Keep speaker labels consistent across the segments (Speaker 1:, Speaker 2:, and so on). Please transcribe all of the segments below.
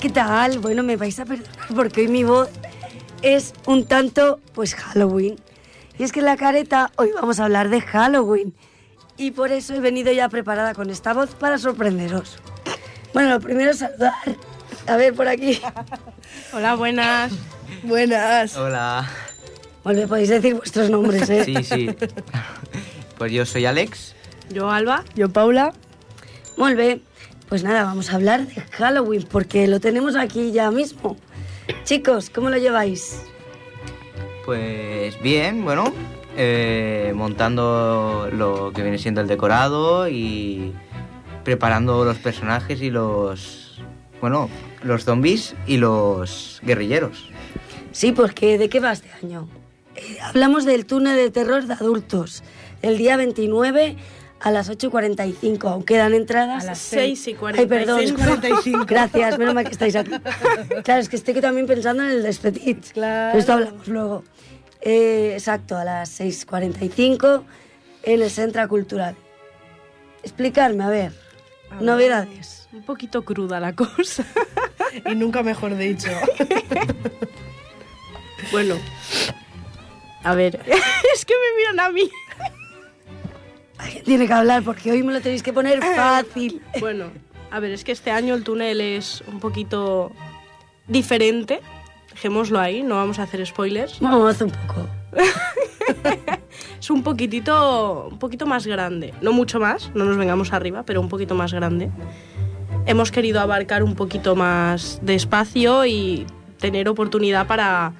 Speaker 1: ¿Qué tal? Bueno, me vais a perdonar porque hoy mi voz es un tanto, pues, Halloween. Y es que en la careta hoy vamos a hablar de Halloween. Y por eso he venido ya preparada con esta voz para sorprenderos. Bueno, lo primero es saludar. A ver, por aquí.
Speaker 2: Hola, buenas.
Speaker 1: Buenas.
Speaker 3: Hola.
Speaker 1: Bueno, me podéis decir vuestros nombres, ¿eh?
Speaker 3: Sí, sí. Pues yo soy Alex.
Speaker 2: Yo, Alba.
Speaker 4: Yo, Paula.
Speaker 1: Muy bien. Pues nada, vamos a hablar de Halloween porque lo tenemos aquí ya mismo. Chicos, ¿cómo lo lleváis?
Speaker 3: Pues bien, bueno, eh, montando lo que viene siendo el decorado y preparando los personajes y los, bueno, los zombies y los guerrilleros.
Speaker 1: Sí, porque ¿de qué va este año? Eh, hablamos del túnel de terror de adultos, el día 29 a las 8.45, aún quedan entradas.
Speaker 2: A las 6 y
Speaker 1: Ay,
Speaker 2: 45.
Speaker 1: perdón. Gracias, menos mal que estáis aquí. Claro, es que estoy también pensando en el despetit.
Speaker 4: Claro.
Speaker 1: De Esto hablamos luego. Eh, exacto, a las 6.45 en el Centro Cultural. Explicarme, a ver. Novedades.
Speaker 2: Un poquito cruda la cosa.
Speaker 4: Y nunca mejor dicho.
Speaker 2: Bueno. A ver, es que me miran a mí.
Speaker 1: Alguien tiene que hablar porque hoy me lo tenéis que poner fácil.
Speaker 2: Bueno, a ver, es que este año el túnel es un poquito diferente. Dejémoslo ahí, no vamos a hacer spoilers.
Speaker 1: Vamos un poco.
Speaker 2: Es un poquitito, un poquito más grande. No mucho más, no nos vengamos arriba, pero un poquito más grande. Hemos querido abarcar un poquito más de espacio y tener oportunidad para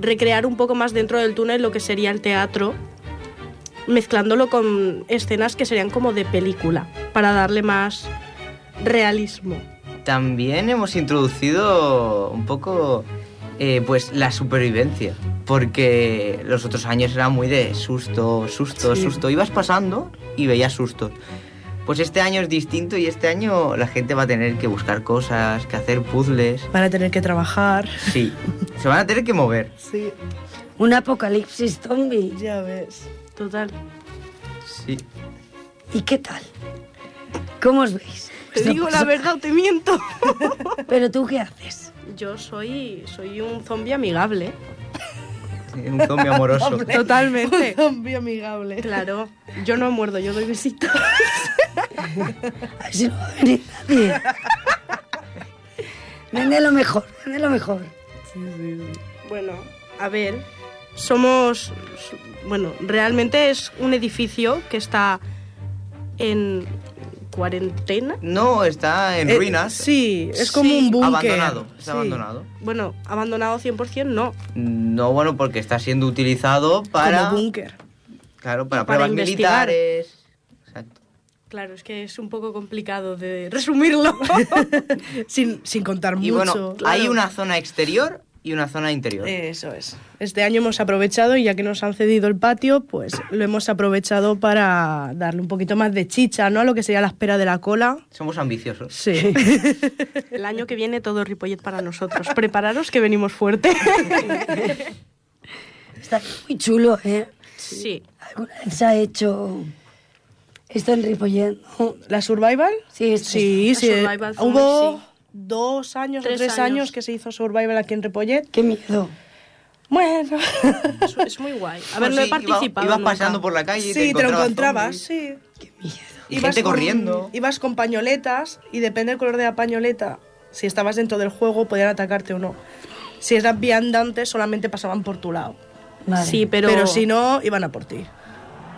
Speaker 2: recrear un poco más dentro del túnel lo que sería el teatro, mezclándolo con escenas que serían como de película, para darle más realismo.
Speaker 3: También hemos introducido un poco eh, pues la supervivencia, porque los otros años era muy de susto, susto, susto. Ibas pasando y veías sustos. Pues este año es distinto y este año la gente va a tener que buscar cosas, que hacer puzzles.
Speaker 4: Van a tener que trabajar.
Speaker 3: Sí, se van a tener que mover.
Speaker 4: Sí,
Speaker 1: Un apocalipsis zombie.
Speaker 4: ya ves.
Speaker 2: Total.
Speaker 3: Sí.
Speaker 1: ¿Y qué tal? ¿Cómo os veis? Pues
Speaker 2: Te digo la verdad, te miento.
Speaker 1: Pero tú, ¿qué haces?
Speaker 2: Yo soy, soy un zombie amigable.
Speaker 3: Un zombie amoroso.
Speaker 2: Totalmente.
Speaker 4: Zombie amigable.
Speaker 2: Claro, yo no muerdo, yo doy besitos.
Speaker 1: A ver si no va a venir nadie. Vende lo mejor, vende lo mejor.
Speaker 2: Bueno, a ver, somos... Bueno, realmente es un edificio que está en cuarentena.
Speaker 3: No, está en
Speaker 4: Eh,
Speaker 3: ruinas.
Speaker 4: Sí, es
Speaker 2: Sí.
Speaker 4: como un búnker.
Speaker 3: Abandonado. Está
Speaker 4: Sí.
Speaker 3: abandonado.
Speaker 2: Bueno, abandonado 100% no.
Speaker 3: No, bueno, porque está siendo utilizado para.
Speaker 4: Como búnker.
Speaker 3: Claro, para,
Speaker 2: Para
Speaker 3: pruebas
Speaker 2: investigar.
Speaker 3: militares. Exacto.
Speaker 2: Claro, es que es un poco complicado de resumirlo.
Speaker 4: Sin, sin contar
Speaker 3: Y
Speaker 4: mucho. Eh.
Speaker 3: bueno, hay una zona exterior y una zona interior.
Speaker 4: Eso es. Este año hemos aprovechado, y ya que nos han cedido el patio, pues lo hemos aprovechado para darle un poquito más de chicha, ¿no? A lo que sería la espera de la cola.
Speaker 3: Somos ambiciosos.
Speaker 4: Sí.
Speaker 2: El año que viene todo Ripollet para nosotros. Prepararos que venimos fuerte.
Speaker 1: Está muy chulo, ¿eh?
Speaker 2: Sí.
Speaker 1: ¿Alguna vez se ha hecho esto en Ripollet? ¿no?
Speaker 4: ¿La Survival?
Speaker 1: Sí, esto
Speaker 4: Sí,
Speaker 2: La
Speaker 4: sí.
Speaker 2: Survival Zombie,
Speaker 4: Hubo
Speaker 2: sí.
Speaker 4: dos años
Speaker 2: Tres
Speaker 4: o tres años.
Speaker 2: años.
Speaker 4: que se hizo Survival aquí en Repollet.
Speaker 1: Qué miedo.
Speaker 4: Bueno.
Speaker 2: Es, es muy guay. A ver,
Speaker 3: Pues
Speaker 2: no he
Speaker 3: sí, iba-
Speaker 2: participado.
Speaker 3: Ibas
Speaker 2: nunca.
Speaker 3: pasando por la calle y
Speaker 4: sí, te lo encontrabas,
Speaker 3: zombies.
Speaker 4: sí.
Speaker 1: Qué miedo.
Speaker 3: Y gente
Speaker 4: con-
Speaker 3: corriendo.
Speaker 4: Ibas con pañoletas y depende del color de la pañoleta, si estabas dentro del juego, podían atacarte o no. Si eras viandantes, solamente pasaban por tu lado.
Speaker 1: Vale.
Speaker 2: Sí, pero...
Speaker 4: Pero, si no, iban a por ti.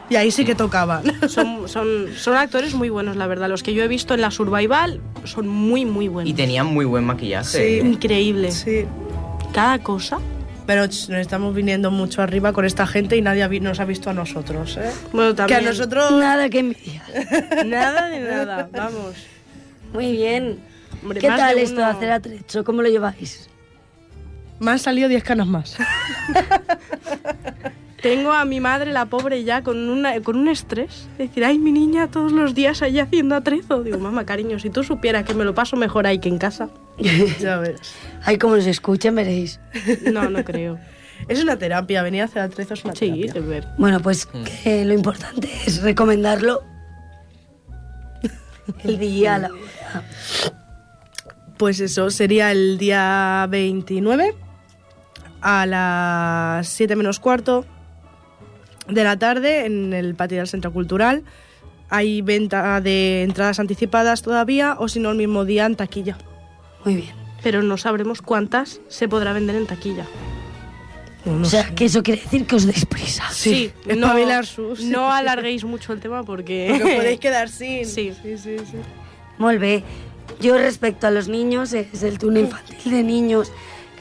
Speaker 4: Y ahí sí que tocaban.
Speaker 2: Son, son, son actores muy buenos, la verdad. Los que yo he visto en la Survival son muy, muy buenos.
Speaker 3: Y tenían muy buen
Speaker 4: Sí.
Speaker 3: maquillaje.
Speaker 2: Increíble.
Speaker 4: sí.
Speaker 2: Cada cosa.
Speaker 4: Pero ch, nos estamos viniendo mucho arriba con esta gente y nadie ha vi- nos ha visto a nosotros, ¿eh?
Speaker 2: Bueno, también.
Speaker 4: Que a nosotros...
Speaker 1: Nada que envidia.
Speaker 2: Nada de nada, vamos.
Speaker 1: Muy bien.
Speaker 2: Hombre,
Speaker 1: ¿Qué
Speaker 2: más
Speaker 1: tal
Speaker 2: de
Speaker 1: esto de
Speaker 2: uno-
Speaker 1: hacer atrecho? ¿Cómo lo lleváis?
Speaker 4: Me han salido 10 canas más.
Speaker 2: Tengo a mi madre, la pobre, ya con, una, con un estrés. Decir, ay, mi niña todos los días allá haciendo atrezo. Digo, mamá, cariño, si tú supieras que me lo paso mejor ahí que en casa.
Speaker 4: ya ves.
Speaker 1: Ay, como nos escuchen, veréis.
Speaker 2: No, no creo.
Speaker 4: Es una terapia, venir a hacer atrezo es una
Speaker 2: Sí,
Speaker 4: terapia.
Speaker 2: de ver.
Speaker 1: Bueno, pues que lo importante es recomendarlo el día, la hora.
Speaker 4: Pues eso, sería el día 29 a las 7 menos cuarto de la tarde en el patio del Centro Cultural. Hay venta de entradas anticipadas todavía o si no el mismo día en taquilla.
Speaker 1: Muy bien.
Speaker 2: Pero no sabremos Pues cuántas se podrá vender en taquilla.
Speaker 1: o sea, que eso quiere decir que os deis prisa.
Speaker 4: Sí, espabilar sus.
Speaker 2: no alarguéis mucho el tema porque...
Speaker 4: Porque os podéis quedar sin.
Speaker 2: Sí.
Speaker 4: sí, sí. sí.
Speaker 1: Muy bien. Yo respecto a los niños, eh, es el turno infantil de niños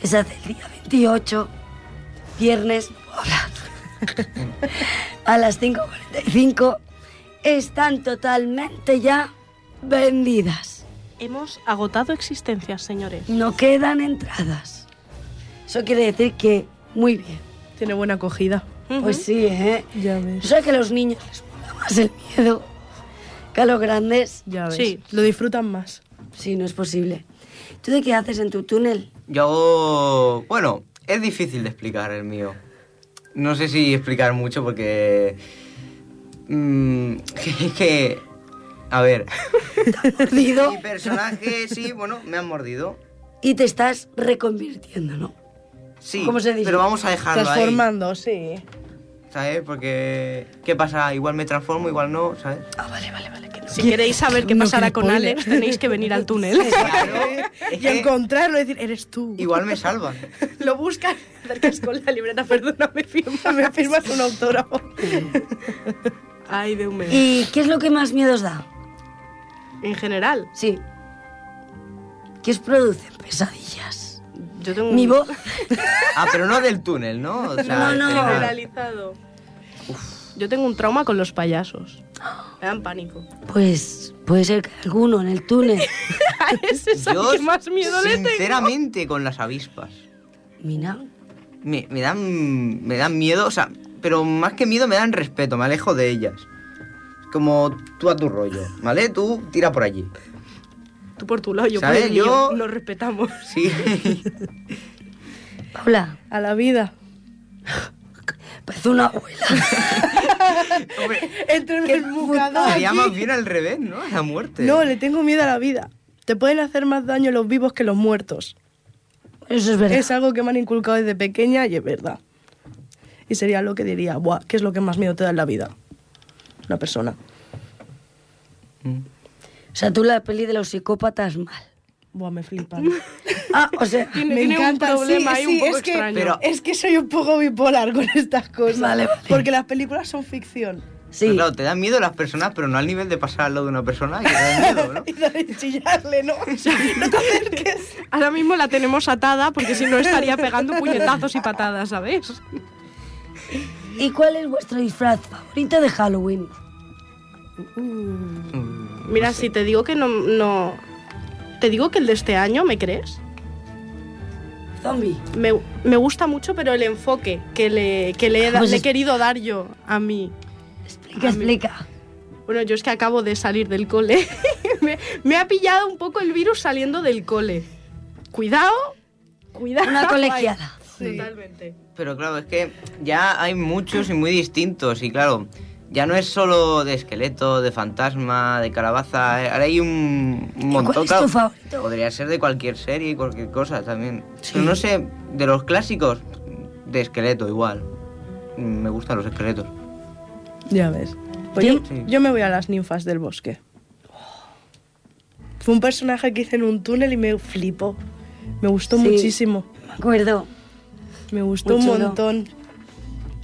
Speaker 1: que se hace el día 28, viernes, no puedo hablar. a las 5.45, están totalmente ya vendidas.
Speaker 2: Hemos agotado existencias, señores.
Speaker 1: No quedan entradas. Eso quiere decir que muy bien.
Speaker 4: Tiene buena acogida.
Speaker 1: Pues sí, ¿eh?
Speaker 4: Ya
Speaker 1: O
Speaker 4: ves.
Speaker 1: sea que a los niños les mola más el miedo que a los grandes.
Speaker 4: Ya ves.
Speaker 2: Sí.
Speaker 4: Lo disfrutan más.
Speaker 1: Sí, no es posible. ¿Tú de qué haces en tu túnel?
Speaker 3: Yo hago... Bueno, es difícil de explicar el mío. No sé si explicar mucho porque... mm, que, que- A ver.
Speaker 1: Mordido
Speaker 3: Mi personaje, sí, bueno, me han mordido.
Speaker 1: y te estás reconvirtiendo, ¿no?
Speaker 3: Sí,
Speaker 1: ¿Cómo se dice?
Speaker 3: pero vamos a dejarlo ahí.
Speaker 4: Transformando, sí.
Speaker 3: ¿Sabes? Porque... ¿Qué pasa? Igual me transformo, igual no, ¿sabes?
Speaker 1: Ah, vale, vale, vale. que no.
Speaker 2: Si queréis saber qué
Speaker 4: No
Speaker 2: pasará
Speaker 4: quiero
Speaker 2: con
Speaker 4: spoiler.
Speaker 2: Alex, tenéis que venir al túnel.
Speaker 3: Claro, es
Speaker 4: Y
Speaker 3: que
Speaker 4: encontrarlo y decir, eres tú.
Speaker 3: igual me salva.
Speaker 2: Lo buscas, acercas con la libreta, perdóname, firma.
Speaker 4: me firmas un autógrafo.
Speaker 2: Ay, de un mes.
Speaker 1: ¿Y qué es lo que más miedo os da?
Speaker 2: En general,
Speaker 1: Sí. ¿Qué os producen pesadillas?
Speaker 2: yo tengo
Speaker 1: Mi
Speaker 2: un
Speaker 1: voz.
Speaker 3: Ah, pero no del túnel, ¿no? O sea,
Speaker 1: No, no.
Speaker 3: en general.
Speaker 2: generalizado. Yo tengo un trauma con los payasos. Me dan pánico.
Speaker 1: Pues puede ser que alguno en el túnel.
Speaker 2: A ese es al
Speaker 3: Yo,
Speaker 2: que más miedo le tengo.
Speaker 3: sinceramente, con las avispas.
Speaker 1: Mina.
Speaker 3: Me, me dan me dan miedo, o sea, pero más que miedo me dan respeto, me alejo de ellas. Como tú a tu rollo, ¿vale? Tú tira por allí.
Speaker 2: Tú por tu lado, yo
Speaker 3: ¿Sabes?
Speaker 2: por el mío.
Speaker 3: Yo-
Speaker 2: Nos respetamos.
Speaker 3: Sí.
Speaker 1: Paula,
Speaker 4: A la vida.
Speaker 1: parece una abuela.
Speaker 3: Hombre,
Speaker 4: Entre el
Speaker 1: Qué
Speaker 4: desmucador
Speaker 3: sería
Speaker 4: aquí.
Speaker 3: más bien al revés, ¿no? La muerte.
Speaker 4: No, le tengo miedo a la vida. Te pueden hacer más daño los vivos que los muertos.
Speaker 1: Eso es verdad.
Speaker 4: Es algo que me han inculcado desde pequeña y es verdad. Y sería lo que diría, Buah, ¿qué es lo que más miedo te da en la vida? Una persona.
Speaker 3: Mm.
Speaker 1: O sea, tú la peli de los psicópatas mal.
Speaker 4: Buah, me flipan.
Speaker 1: Ah, o sea.
Speaker 2: Tiene,
Speaker 4: me
Speaker 2: tiene
Speaker 4: encanta,
Speaker 2: un problema
Speaker 4: sí,
Speaker 2: ahí
Speaker 4: sí,
Speaker 2: un poco
Speaker 4: es que-
Speaker 2: extraño.
Speaker 3: pero-
Speaker 4: es que soy un poco bipolar con estas cosas.
Speaker 1: pues Vale, vale.
Speaker 4: Porque las películas son ficción.
Speaker 1: Sí.
Speaker 3: Pero claro, te dan miedo las personas, pero no al nivel de pasar al lado de una persona que te da miedo, ¿no?
Speaker 4: Y de chillarle, ¿no? no te acerques.
Speaker 2: Ahora mismo la tenemos atada porque si no estaría pegando puñetazos y patadas, ¿sabes?
Speaker 1: ¿Y cuál es vuestro disfraz favorito de Halloween?
Speaker 2: Mira, si te digo que no, no... Te digo que el de este año, ¿me crees?
Speaker 1: Zombie.
Speaker 2: Me, me gusta mucho, pero el enfoque que le, que le he, da-
Speaker 1: Pues
Speaker 2: le he
Speaker 1: es-
Speaker 2: querido dar yo a mí.
Speaker 1: Explica, explica.
Speaker 2: Bueno, yo es que acabo de salir del cole. me, me ha pillado un poco el virus saliendo del cole. Cuidado, cuidado.
Speaker 1: Una colegiada.
Speaker 2: Totalmente.
Speaker 3: Pero claro, es que ya hay muchos y muy distintos. Y claro, ya no es solo de esqueleto, de fantasma, de calabaza. eh, Ahora hay un un montón.
Speaker 1: cuál es
Speaker 3: claro.
Speaker 1: tu favorito?
Speaker 3: Podría ser de cualquier serie y cualquier cosa también. Pero no sé, de los clásicos, de esqueleto igual. Mm, Me gustan los esqueletos.
Speaker 4: Ya ves. Pues yo,
Speaker 3: Sí.
Speaker 4: yo me voy a las ninfas del bosque. Fue un personaje que hice en un túnel y me flipó. Me gustó
Speaker 1: Sí.
Speaker 4: muchísimo.
Speaker 1: Me acuerdo.
Speaker 4: Me gustó
Speaker 1: Muy
Speaker 4: un
Speaker 1: chulo.
Speaker 4: montón.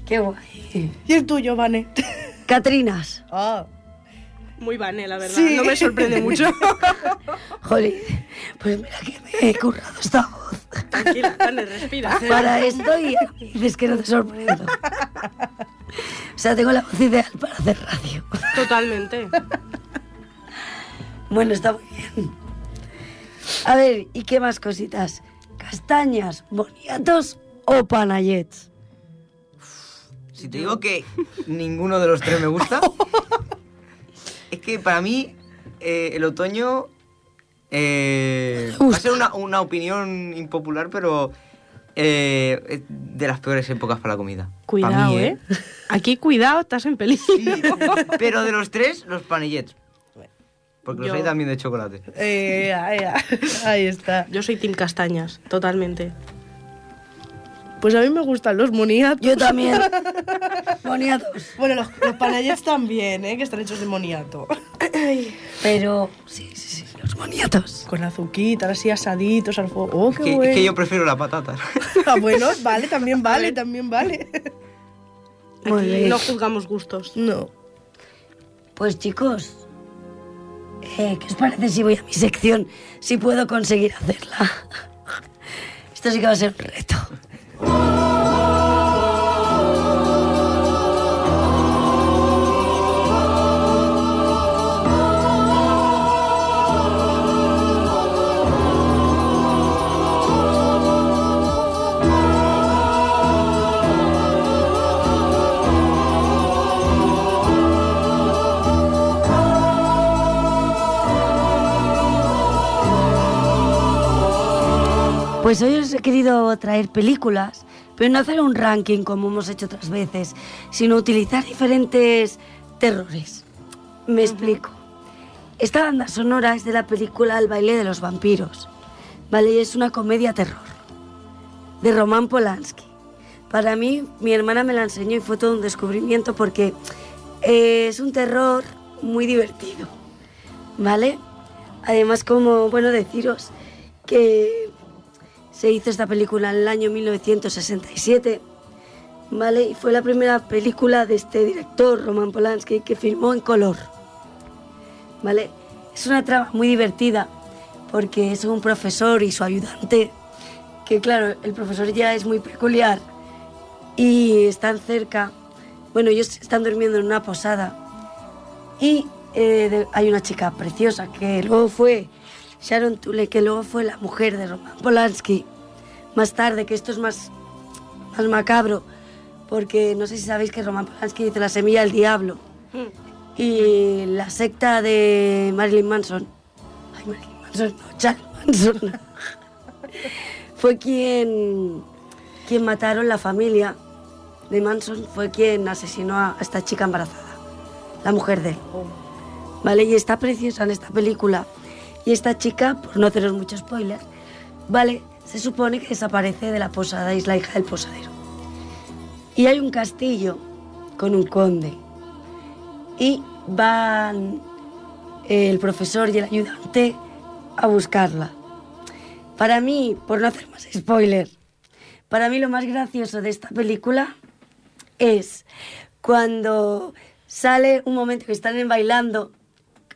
Speaker 1: Qué guay.
Speaker 4: Y el tuyo, Vane.
Speaker 1: Catrinas.
Speaker 4: Ah.
Speaker 2: Muy vane, la verdad.
Speaker 4: Sí.
Speaker 2: No me sorprende mucho.
Speaker 1: Jolín. Pues mira que me he currado esta voz
Speaker 2: Tranquila, Vane, respira.
Speaker 1: para esto y a mí dices que no te sorprendo. O sea, tengo la voz ideal para hacer radio.
Speaker 2: Totalmente.
Speaker 1: Bueno, está muy bien. A ver, ¿y qué más cositas? ¿Castañas, boniatos o panayets?
Speaker 3: Si te digo que ninguno de los tres me gusta, es que para mí eh, el otoño eh, va a ser una, una opinión impopular, pero eh, es de las peores épocas para la comida. Pa'
Speaker 2: Cuidado,
Speaker 3: mí,
Speaker 2: ¿eh? Aquí, cuidado, estás en peligro.
Speaker 3: Sí, pero de los tres, los panellets. Porque
Speaker 2: Yo-
Speaker 3: los hay también de chocolate.
Speaker 4: Eh, ahí, ahí está.
Speaker 2: Yo soy Team Castañas, totalmente.
Speaker 4: Pues a mí me gustan los moniatos.
Speaker 1: Yo también. Boniatos.
Speaker 4: Bueno, los, los panayets también, ¿eh? que están hechos de moniato.
Speaker 1: Pero sí, sí, sí, los boniatos.
Speaker 4: Con azuquita, así asaditos al fuego. ¡Oh, qué
Speaker 3: Que,
Speaker 4: bueno!
Speaker 3: que yo prefiero la patata.
Speaker 4: Ah, bueno, vale, también vale, también vale.
Speaker 1: Muy
Speaker 2: Aquí
Speaker 1: bien.
Speaker 2: no juzgamos gustos.
Speaker 4: No.
Speaker 1: Pues chicos, eh, ¿qué os parece si voy a mi sección? Si puedo conseguir hacerla. Esto sí que va a ser un reto. Pues hoy os he querido traer películas, pero no hacer un ranking como hemos hecho otras veces, sino utilizar diferentes terrores. Me explico. Esta banda sonora es de la película El baile de los vampiros, ¿vale? Y es una comedia terror, de Roman Polanski. Para mí, mi hermana me la enseñó y fue todo un descubrimiento porque eh, es un terror muy divertido, ¿vale? Además, como, bueno, deciros que se hizo esta película en el año 1967, ¿vale? Y fue la primera película de este director, Roman Polanski, que filmó en color, ¿vale? Es una trama muy divertida porque es un profesor y su ayudante, que claro, el profesor ya es muy peculiar y están cerca, bueno, ellos están durmiendo en una posada y eh, de- hay una chica preciosa que luego fue Sharon Tule, que luego fue la mujer de Roman Polanski. Más tarde, que esto es más, más macabro, porque no sé si sabéis que Roman Polanski hizo La semilla del diablo y la secta de Marilyn Manson. Ay, Marilyn Manson, no, Charles Manson. fue quien, quien mataron la familia de Manson, fue quien asesinó a esta chica embarazada, la mujer de él. ¿vale? Y está preciosa en esta película. Y esta chica, por no haceros mucho spoiler, ¿vale? Se supone que desaparece de la posada y es la hija del posadero. Y hay un castillo con un conde. Y van eh, el profesor y el ayudante a buscarla. Para mí, por no hacer más spoiler, para mí lo más gracioso de esta película es cuando sale un momento que están bailando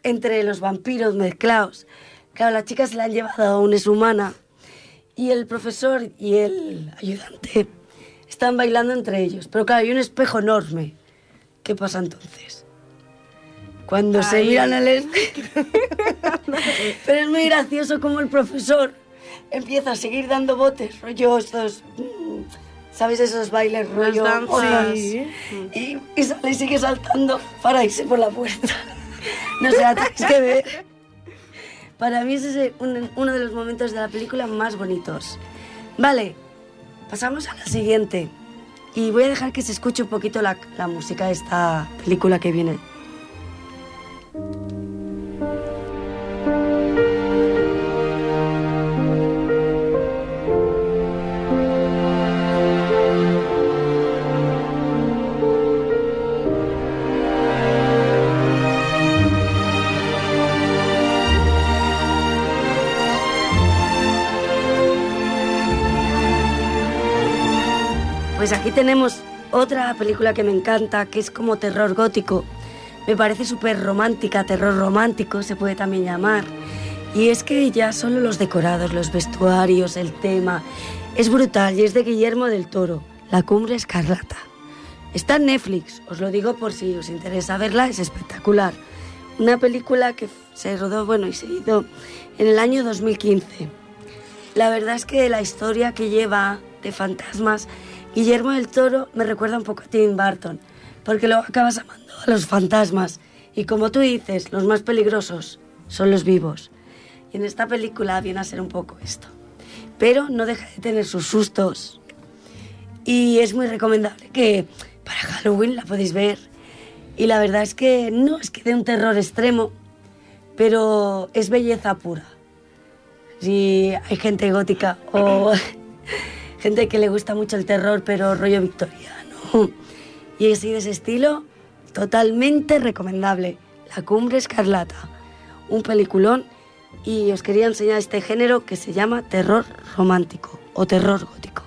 Speaker 1: entre los vampiros mezclados. Claro, las chicas se la han llevado a una humana y el profesor y el ayudante están bailando entre ellos. Pero claro, hay un espejo enorme. ¿Qué pasa entonces? Cuando se
Speaker 2: Ay.
Speaker 1: miran al espejo. Pero es muy gracioso como el profesor empieza a seguir dando botes, rollo estos. mm, ¿Sabéis esos bailes rollo?
Speaker 2: danzas.
Speaker 1: olas?
Speaker 4: Sí.
Speaker 1: Y, y sale y sigue saltando para irse por la puerta. No sé, la tenéis que ver. Para mí ese es eh, un- uno de los momentos de la película más bonitos. Vale, pasamos a la siguiente. Y voy a dejar que se escuche un poquito la, la música de esta película que viene. Pues aquí tenemos otra película que me encanta, que es como terror gótico. Me parece súper romántica, terror romántico se puede también llamar. Y es que ya solo los decorados, los vestuarios, el tema, es brutal y es de Guillermo del Toro, La Cumbre Escarlata. Está en Netflix, os lo digo por si os interesa verla, es espectacular. Una película que se rodó, bueno, y se hizo en el año 2015. La verdad es que la historia que lleva de fantasmas, Guillermo del Toro me recuerda un poco a Tim Burton, porque luego acabas amando a los fantasmas. Y como tú dices, los más peligrosos son los vivos. Y en esta película viene a ser un poco esto. Pero no deja de tener sus sustos. Y es muy recomendable que para Halloween la podéis ver. Y la verdad es que no es que dé un terror extremo, pero es belleza pura. Si hay gente gótica o gente que le gusta mucho el terror, pero rollo victoriano y así de ese estilo, totalmente recomendable. La Cumbre Escarlata, un peliculón y os quería enseñar este género que se llama terror romántico o terror gótico.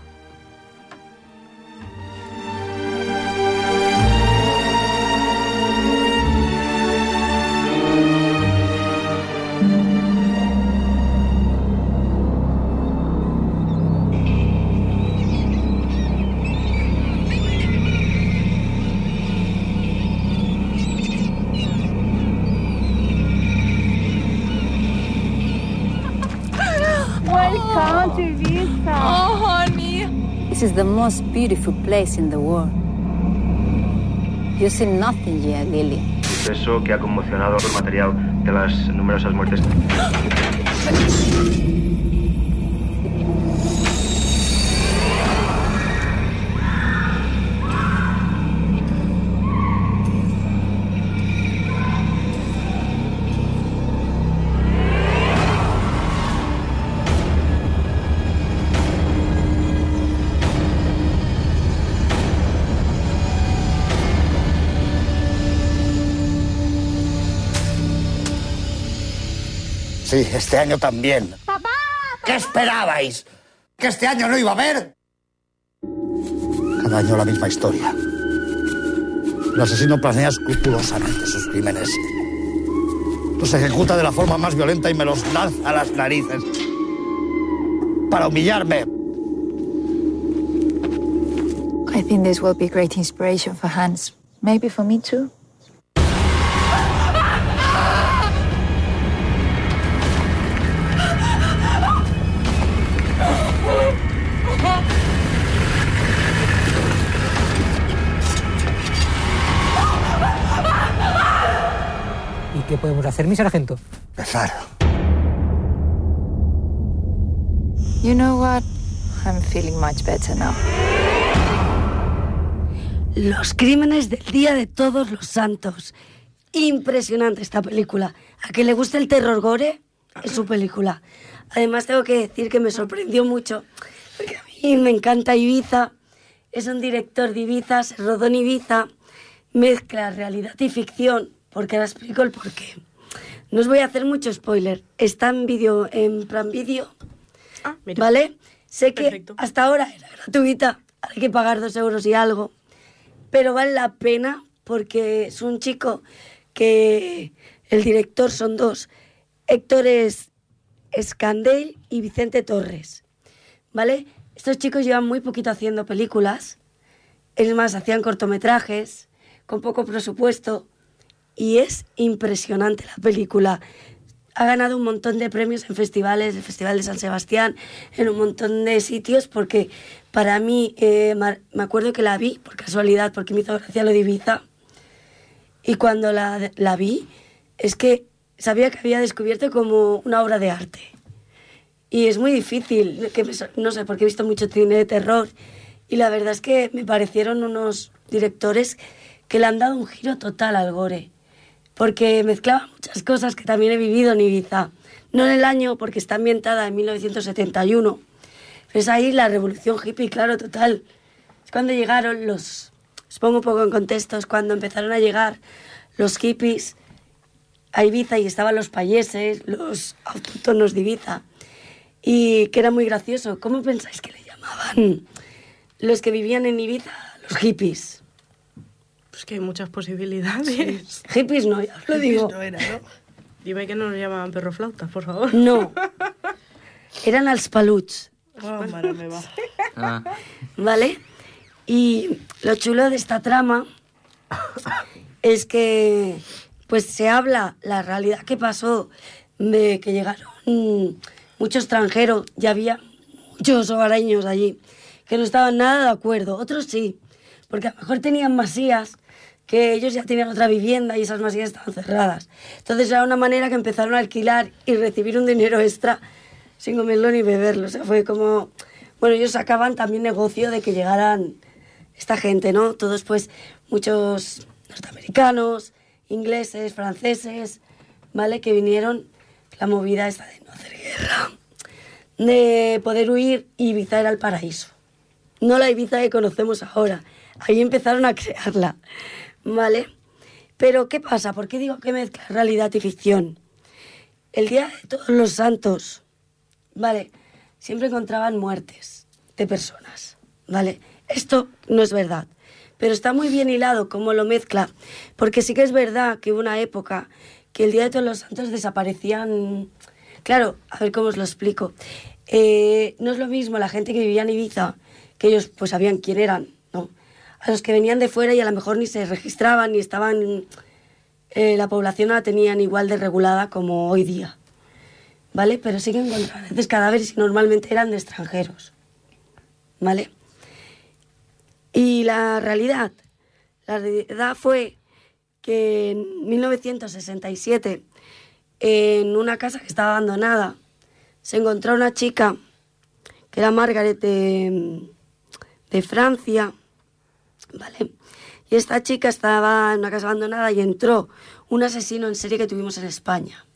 Speaker 5: Oh, honey.
Speaker 6: This is the most beautiful place in the world. You see nothing yet, Lily.
Speaker 7: Suceso que ha conmocionado el material de las numerosas muertes.
Speaker 8: Sí, este año también. ¡Papá! ¿Qué esperabais? ¿Que este año no iba a haber? Cada año la misma historia. El asesino planea escrupulosamente sus crímenes. Los ejecuta de la forma más violenta y me los lanza a las narices. Para humillarme.
Speaker 5: I think this will be great inspiration for Hans. Maybe for me too.
Speaker 9: ¿Y qué podemos hacer, mi sargento?
Speaker 8: Empezar.
Speaker 5: You know what? I'm feeling much better now.
Speaker 1: Los crímenes del Día de Todos los Santos. Impresionante esta película. A que le guste el terror gore, es su película. Además tengo que decir que me sorprendió mucho, porque a mí me encanta Ibiza. Es un director de Ibiza, se rodó en Ibiza, mezcla realidad y ficción, porque ahora explico el porqué. No os voy a hacer mucho spoiler. Está en vídeo, en Prime Video.
Speaker 2: Ah, mira.
Speaker 1: ¿Vale? Sé que
Speaker 2: Perfecto.
Speaker 1: hasta ahora era gratuita, hay que pagar dos euros y algo, pero vale la pena porque es un chico que el director son dos, Héctor es Escandel y Vicente Torres, ¿vale? Estos chicos llevan muy poquito haciendo películas, es más, hacían cortometrajes con poco presupuesto y es impresionante la película. Ha ganado un montón de premios en festivales, el Festival de San Sebastián, en un montón de sitios, porque para mí, eh, mar- me acuerdo que la vi por casualidad, porque me hizo gracia lo de Ibiza. Y cuando la, la vi, es que sabía que había descubierto como una obra de arte. Y es muy difícil, que me so- no sé, porque he visto mucho cine de terror. Y la verdad es que me parecieron unos directores que le han dado un giro total al gore. Porque mezclaba muchas cosas que también he vivido en Ibiza. No en el año, porque está ambientada en 1971. Pero es ahí la revolución hippie, claro, total. Es cuando llegaron los... Os pongo un poco en contexto, es cuando empezaron a llegar los hippies a Ibiza y estaban los payeses, los autóctonos de Ibiza. Y que era muy gracioso. ¿Cómo pensáis que le llamaban los que vivían en Ibiza? Los hippies.
Speaker 2: Pues que hay muchas posibilidades.
Speaker 1: Hippies no, ya os lo digo.
Speaker 4: No era, ¿no?
Speaker 2: Dime que no nos llamaban perro flauta, por favor.
Speaker 4: Mm.
Speaker 1: No. Eran als paluts,
Speaker 4: Oh, mare meva.
Speaker 3: Ah,
Speaker 1: ¿vale? Y lo chulo de esta trama es que pues se habla la realidad que pasó de que llegaron muchos extranjeros, ya había muchos hogareños allí que no estaban nada de acuerdo, otros sí, porque a lo mejor tenían masías que ellos ya tenían otra vivienda y esas masías estaban cerradas. Entonces era una manera que empezaron a alquilar y recibir un dinero extra sin comerlo ni beberlo. O sea, fue como... Bueno, ellos sacaban también negocio de que llegaran esta gente, ¿no? Todos, pues, muchos norteamericanos, ingleses, franceses, ¿vale? Que vinieron la movida esta de no hacer guerra, de poder huir y Ibiza era el paraíso. No la Ibiza que conocemos ahora. Ahí empezaron a crearla, ¿vale? Pero ¿qué pasa? ¿Por qué digo que mezcla realidad y ficción? El día de todos los santos, ¿vale? Siempre encontraban muertes de personas, ¿vale? Esto no es verdad, pero está muy bien hilado cómo lo mezcla, porque sí que es verdad que hubo una época que el día de todos los santos desaparecían... Claro, a ver cómo os lo explico. Eh, no es lo mismo la gente que vivía en Ibiza, que ellos pues sabían quién eran, ¿no? A los que venían de fuera y a lo mejor ni se registraban ni estaban... eh, la población no la tenían igual de regulada como hoy día, ¿vale? Pero sí que encontraban a veces cadáveres y normalmente eran de extranjeros, ¿vale? Y la realidad, la realidad fue que en 1967, en una casa que estaba abandonada, se encontró una chica que era Margaret de, de Francia, ¿vale? Y esta chica estaba en una casa abandonada y entró un asesino en serie que tuvimos en España,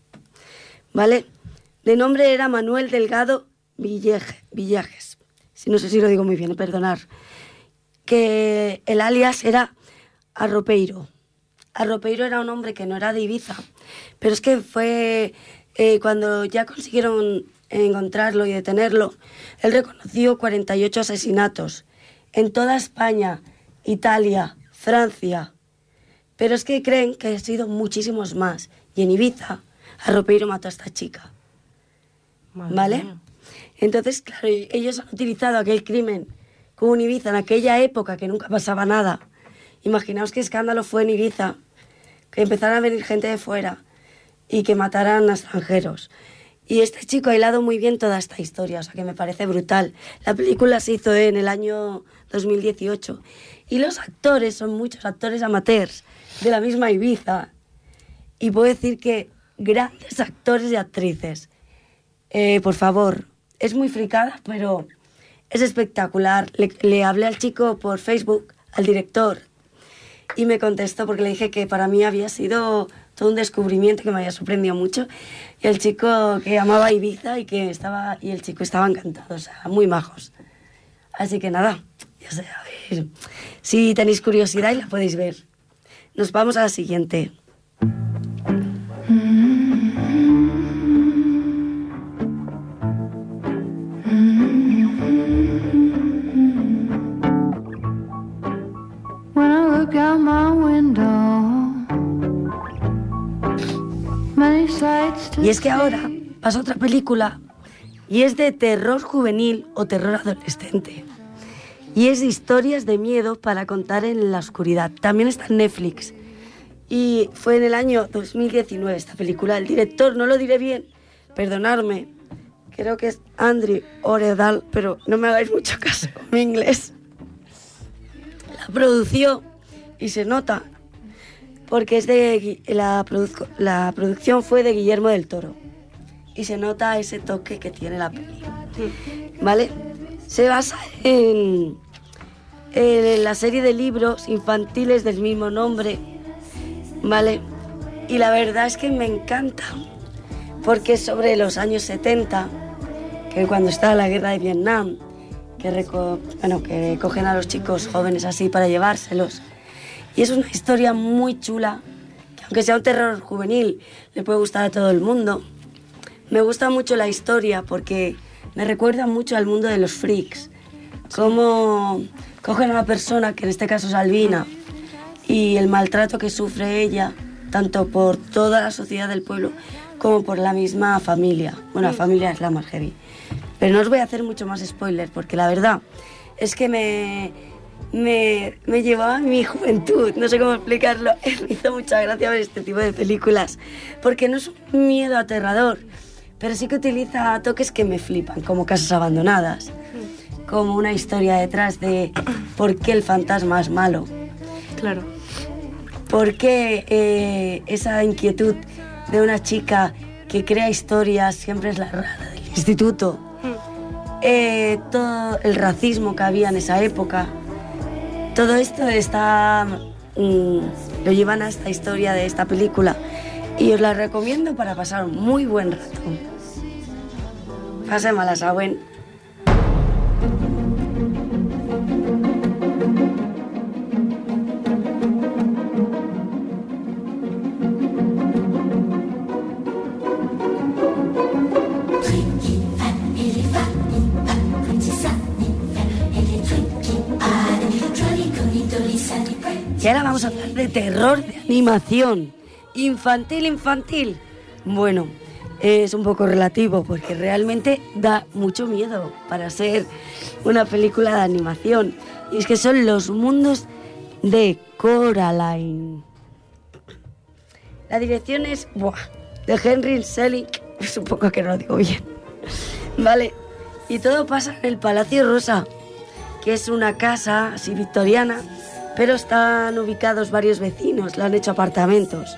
Speaker 1: ¿vale? De nombre era Manuel Delgado Villeje- Villajes, si no sé si lo digo muy bien, eh, perdonar, que el alias era Arropeiro. Arropeiro era un hombre que no era de Ibiza, pero es que fue eh, cuando ya consiguieron encontrarlo y detenerlo, él reconoció 48 asesinatos en toda España, Italia, Francia. Pero es que creen que han sido muchísimos más. Y en Ibiza, Arropeiro mató a esta chica.
Speaker 2: Madre
Speaker 1: ¿Vale?
Speaker 2: mía.
Speaker 1: Entonces, claro, y- ellos han utilizado aquel crimen con Ibiza en aquella época que nunca pasaba nada. Imaginaos qué escándalo fue en Ibiza, que empezaran a venir gente de fuera y que mataran a extranjeros. Y este chico ha hilado muy bien toda esta historia, o sea que me parece brutal. La película se hizo en el año 2018 y los actores son muchos actores amateurs de la misma Ibiza. Y puedo decir que grandes actores y actrices. Eh, por favor, es muy fricada, pero es espectacular. Le, le hablé al chico por Facebook, al director, y me contestó porque le dije que para mí había sido todo un descubrimiento que me había sorprendido mucho. Y el chico que amaba Ibiza y que estaba y el chico estaba encantado, o sea, muy majos. Así que nada, ya sé, a ver si tenéis curiosidad y la podéis ver. Nos vamos a la siguiente.
Speaker 5: When I look out my window, many sights to
Speaker 1: Y es que ahora pasa otra película y es de terror juvenil o terror adolescente. Y es de historias de miedo para contar en la oscuridad. También está en Netflix. Y fue en el año 2019 esta película. El director, no lo diré bien, perdonadme, creo que es Andrew Oredal, pero no me hagáis mucho caso con mi inglés. La produció y se nota porque es de Gui- la, produzco- la producción fue de Guillermo del Toro y se nota ese toque que tiene la peli. ¿Vale? Se basa en, en la serie de libros infantiles del mismo nombre. ¿Vale? Y la verdad es que me encanta porque es sobre los años 70, que cuando estaba la guerra de Vietnam, que, reco- bueno, que cogen a los chicos jóvenes así para llevárselos. Y es una historia muy chula, que aunque sea un terror juvenil, le puede gustar a todo el mundo. Me gusta mucho la historia porque me recuerda mucho al mundo de los freaks. Cómo cogen a una persona, que en este caso es albina, y el maltrato que sufre ella, tanto por toda la sociedad del pueblo como por la misma familia. Bueno, la familia es la más heavy. Pero no os voy a hacer mucho más spoiler, porque la verdad es que me, me, me llevaba a mi juventud, no sé cómo explicarlo. Me hizo mucha gracia ver este tipo de películas, porque no es un miedo aterrador, pero sí que utiliza toques que me flipan, como casas abandonadas, como una historia detrás de por qué el fantasma es malo
Speaker 2: Claro.
Speaker 1: por qué eh, esa inquietud de una chica que crea historias, siempre es la rara del instituto, Eh, todo el racismo que había en esa época, todo esto está, mm, lo llevan a esta historia de esta película Y os la recomiendo para pasar un muy buen rato. Pase malas a buen. Y ahora vamos a hablar de terror de animación. Infantil, infantil. Bueno, es un poco relativo porque realmente da mucho miedo para ser una película de animación. Y es que son los mundos de Coraline. La dirección es buah, de Henry Selick. Supongo que no lo digo bien. Vale. Y todo pasa en el Palacio Rosa, que es una casa así victoriana, pero están ubicados varios vecinos, le han hecho apartamentos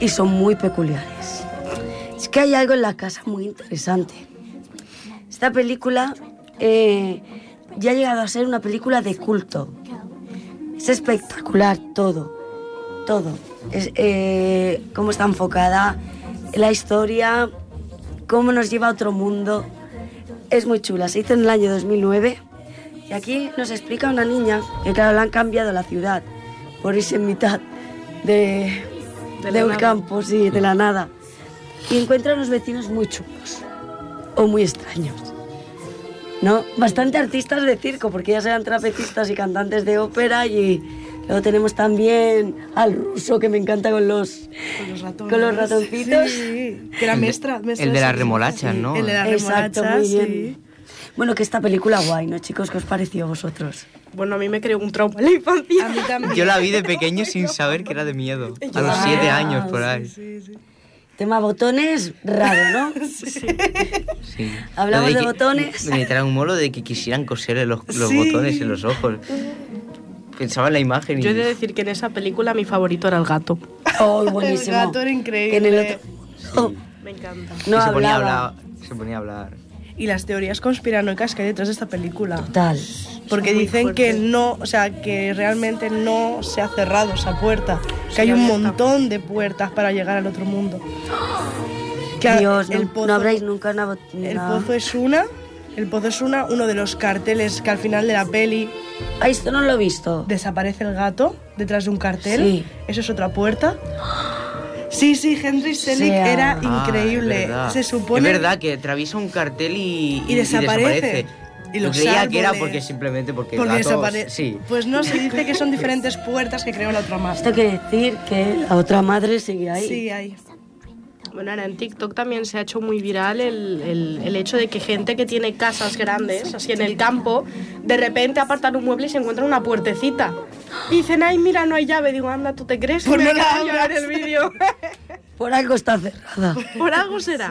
Speaker 1: y son muy peculiares. Es que hay algo en la casa muy interesante. Esta película eh, ya ha llegado a ser una película de culto. Es espectacular todo, todo. Es, eh, cómo está enfocada, la historia, cómo nos lleva a otro mundo. Es muy chula. Se hizo en el año 2009 y aquí nos explica una niña que, claro, le han cambiado la ciudad por irse en mitad de, de,
Speaker 2: De la
Speaker 1: un
Speaker 2: nada.
Speaker 1: campo, sí, de la nada. Y encuentra unos vecinos muy chulos o muy extraños. ¿No? Bastante artistas de circo, porque ya sean trapecistas y cantantes de ópera y luego tenemos también al ruso que me encanta con los
Speaker 4: Con los ratones.
Speaker 1: Con los ratoncitos.
Speaker 4: Sí, que era
Speaker 3: El de-
Speaker 4: maestra.
Speaker 3: el de las remolachas, ¿no?
Speaker 4: El de las
Speaker 1: Exacto,
Speaker 4: remolachas,
Speaker 1: muy bien.
Speaker 4: sí.
Speaker 1: Bueno, que esta película guay, ¿no, chicos? ¿Qué os pareció a vosotros?
Speaker 2: Bueno, a mí me creó un trauma en la infancia.
Speaker 4: A mí también.
Speaker 3: Yo la vi de pequeño sin saber que era de miedo. A los
Speaker 1: Ah,
Speaker 3: siete años por ahí.
Speaker 4: Sí, sí.
Speaker 1: Tema botones, raro, ¿no?
Speaker 3: Sí.
Speaker 1: Hablamos
Speaker 3: Lo
Speaker 1: de
Speaker 3: que-
Speaker 1: botones.
Speaker 3: Me traumó lo de que quisieran coserle los, los
Speaker 4: Sí.
Speaker 3: botones en los ojos. Pensaba en la imagen y...
Speaker 2: Yo he de decir que en esa película mi favorito era el gato.
Speaker 1: ¡Oh, buenísimo!
Speaker 4: El gato era increíble.
Speaker 1: Que en el otro mundo
Speaker 2: Me encanta.
Speaker 3: y
Speaker 1: no
Speaker 3: se ponía a
Speaker 1: hablaba.
Speaker 3: hablar. Se ponía a hablar.
Speaker 4: Y las teorías conspiranoicas que hay detrás de esta película.
Speaker 1: Tal.
Speaker 4: Porque
Speaker 2: Son muy
Speaker 4: dicen que
Speaker 2: fuertes.
Speaker 4: no, o sea, que realmente no se ha cerrado esa puerta, que hay un
Speaker 2: abierta.
Speaker 4: montón de puertas para llegar al otro mundo. Claro,
Speaker 1: Dios, no,
Speaker 4: el
Speaker 1: no
Speaker 4: pozo-
Speaker 1: habráis nunca una
Speaker 4: El
Speaker 1: botonera.
Speaker 4: pozo es una, el pozo es una, uno de los carteles que al final de la peli
Speaker 1: Ah, esto no lo he visto.
Speaker 4: desaparece el gato detrás de un cartel.
Speaker 1: Sí.
Speaker 4: Eso es otra puerta. Sí, sí, Henry Selick
Speaker 1: sea.
Speaker 4: era
Speaker 3: Ah, es
Speaker 4: increíble.
Speaker 3: verdad.
Speaker 4: se supone
Speaker 3: Es verdad que atraviesa un cartel y,
Speaker 4: Y desaparece. Y
Speaker 3: Lo
Speaker 4: los
Speaker 3: creía que era
Speaker 4: árboles.
Speaker 3: porque simplemente porque,
Speaker 4: porque
Speaker 3: el gato-
Speaker 4: desaparece.
Speaker 3: Sí.
Speaker 4: Pues no, se dice que son diferentes puertas que creó la otra más.
Speaker 1: Esto quiere decir que la otra madre sigue ahí.
Speaker 4: Sí, ahí.
Speaker 2: Bueno, ahora en TikTok también se ha hecho muy viral el, el- el hecho de que gente que tiene casas grandes, así en el campo, de repente apartan un mueble y se encuentran una puertecita. Y dicen, ay, mira, no hay llave. Digo, anda, ¿tú te crees?
Speaker 4: Pues
Speaker 2: que
Speaker 4: no
Speaker 2: me
Speaker 4: la
Speaker 2: acaba de llorar
Speaker 4: abras.
Speaker 2: el vídeo.
Speaker 1: Por algo está cerrada.
Speaker 2: Por algo será.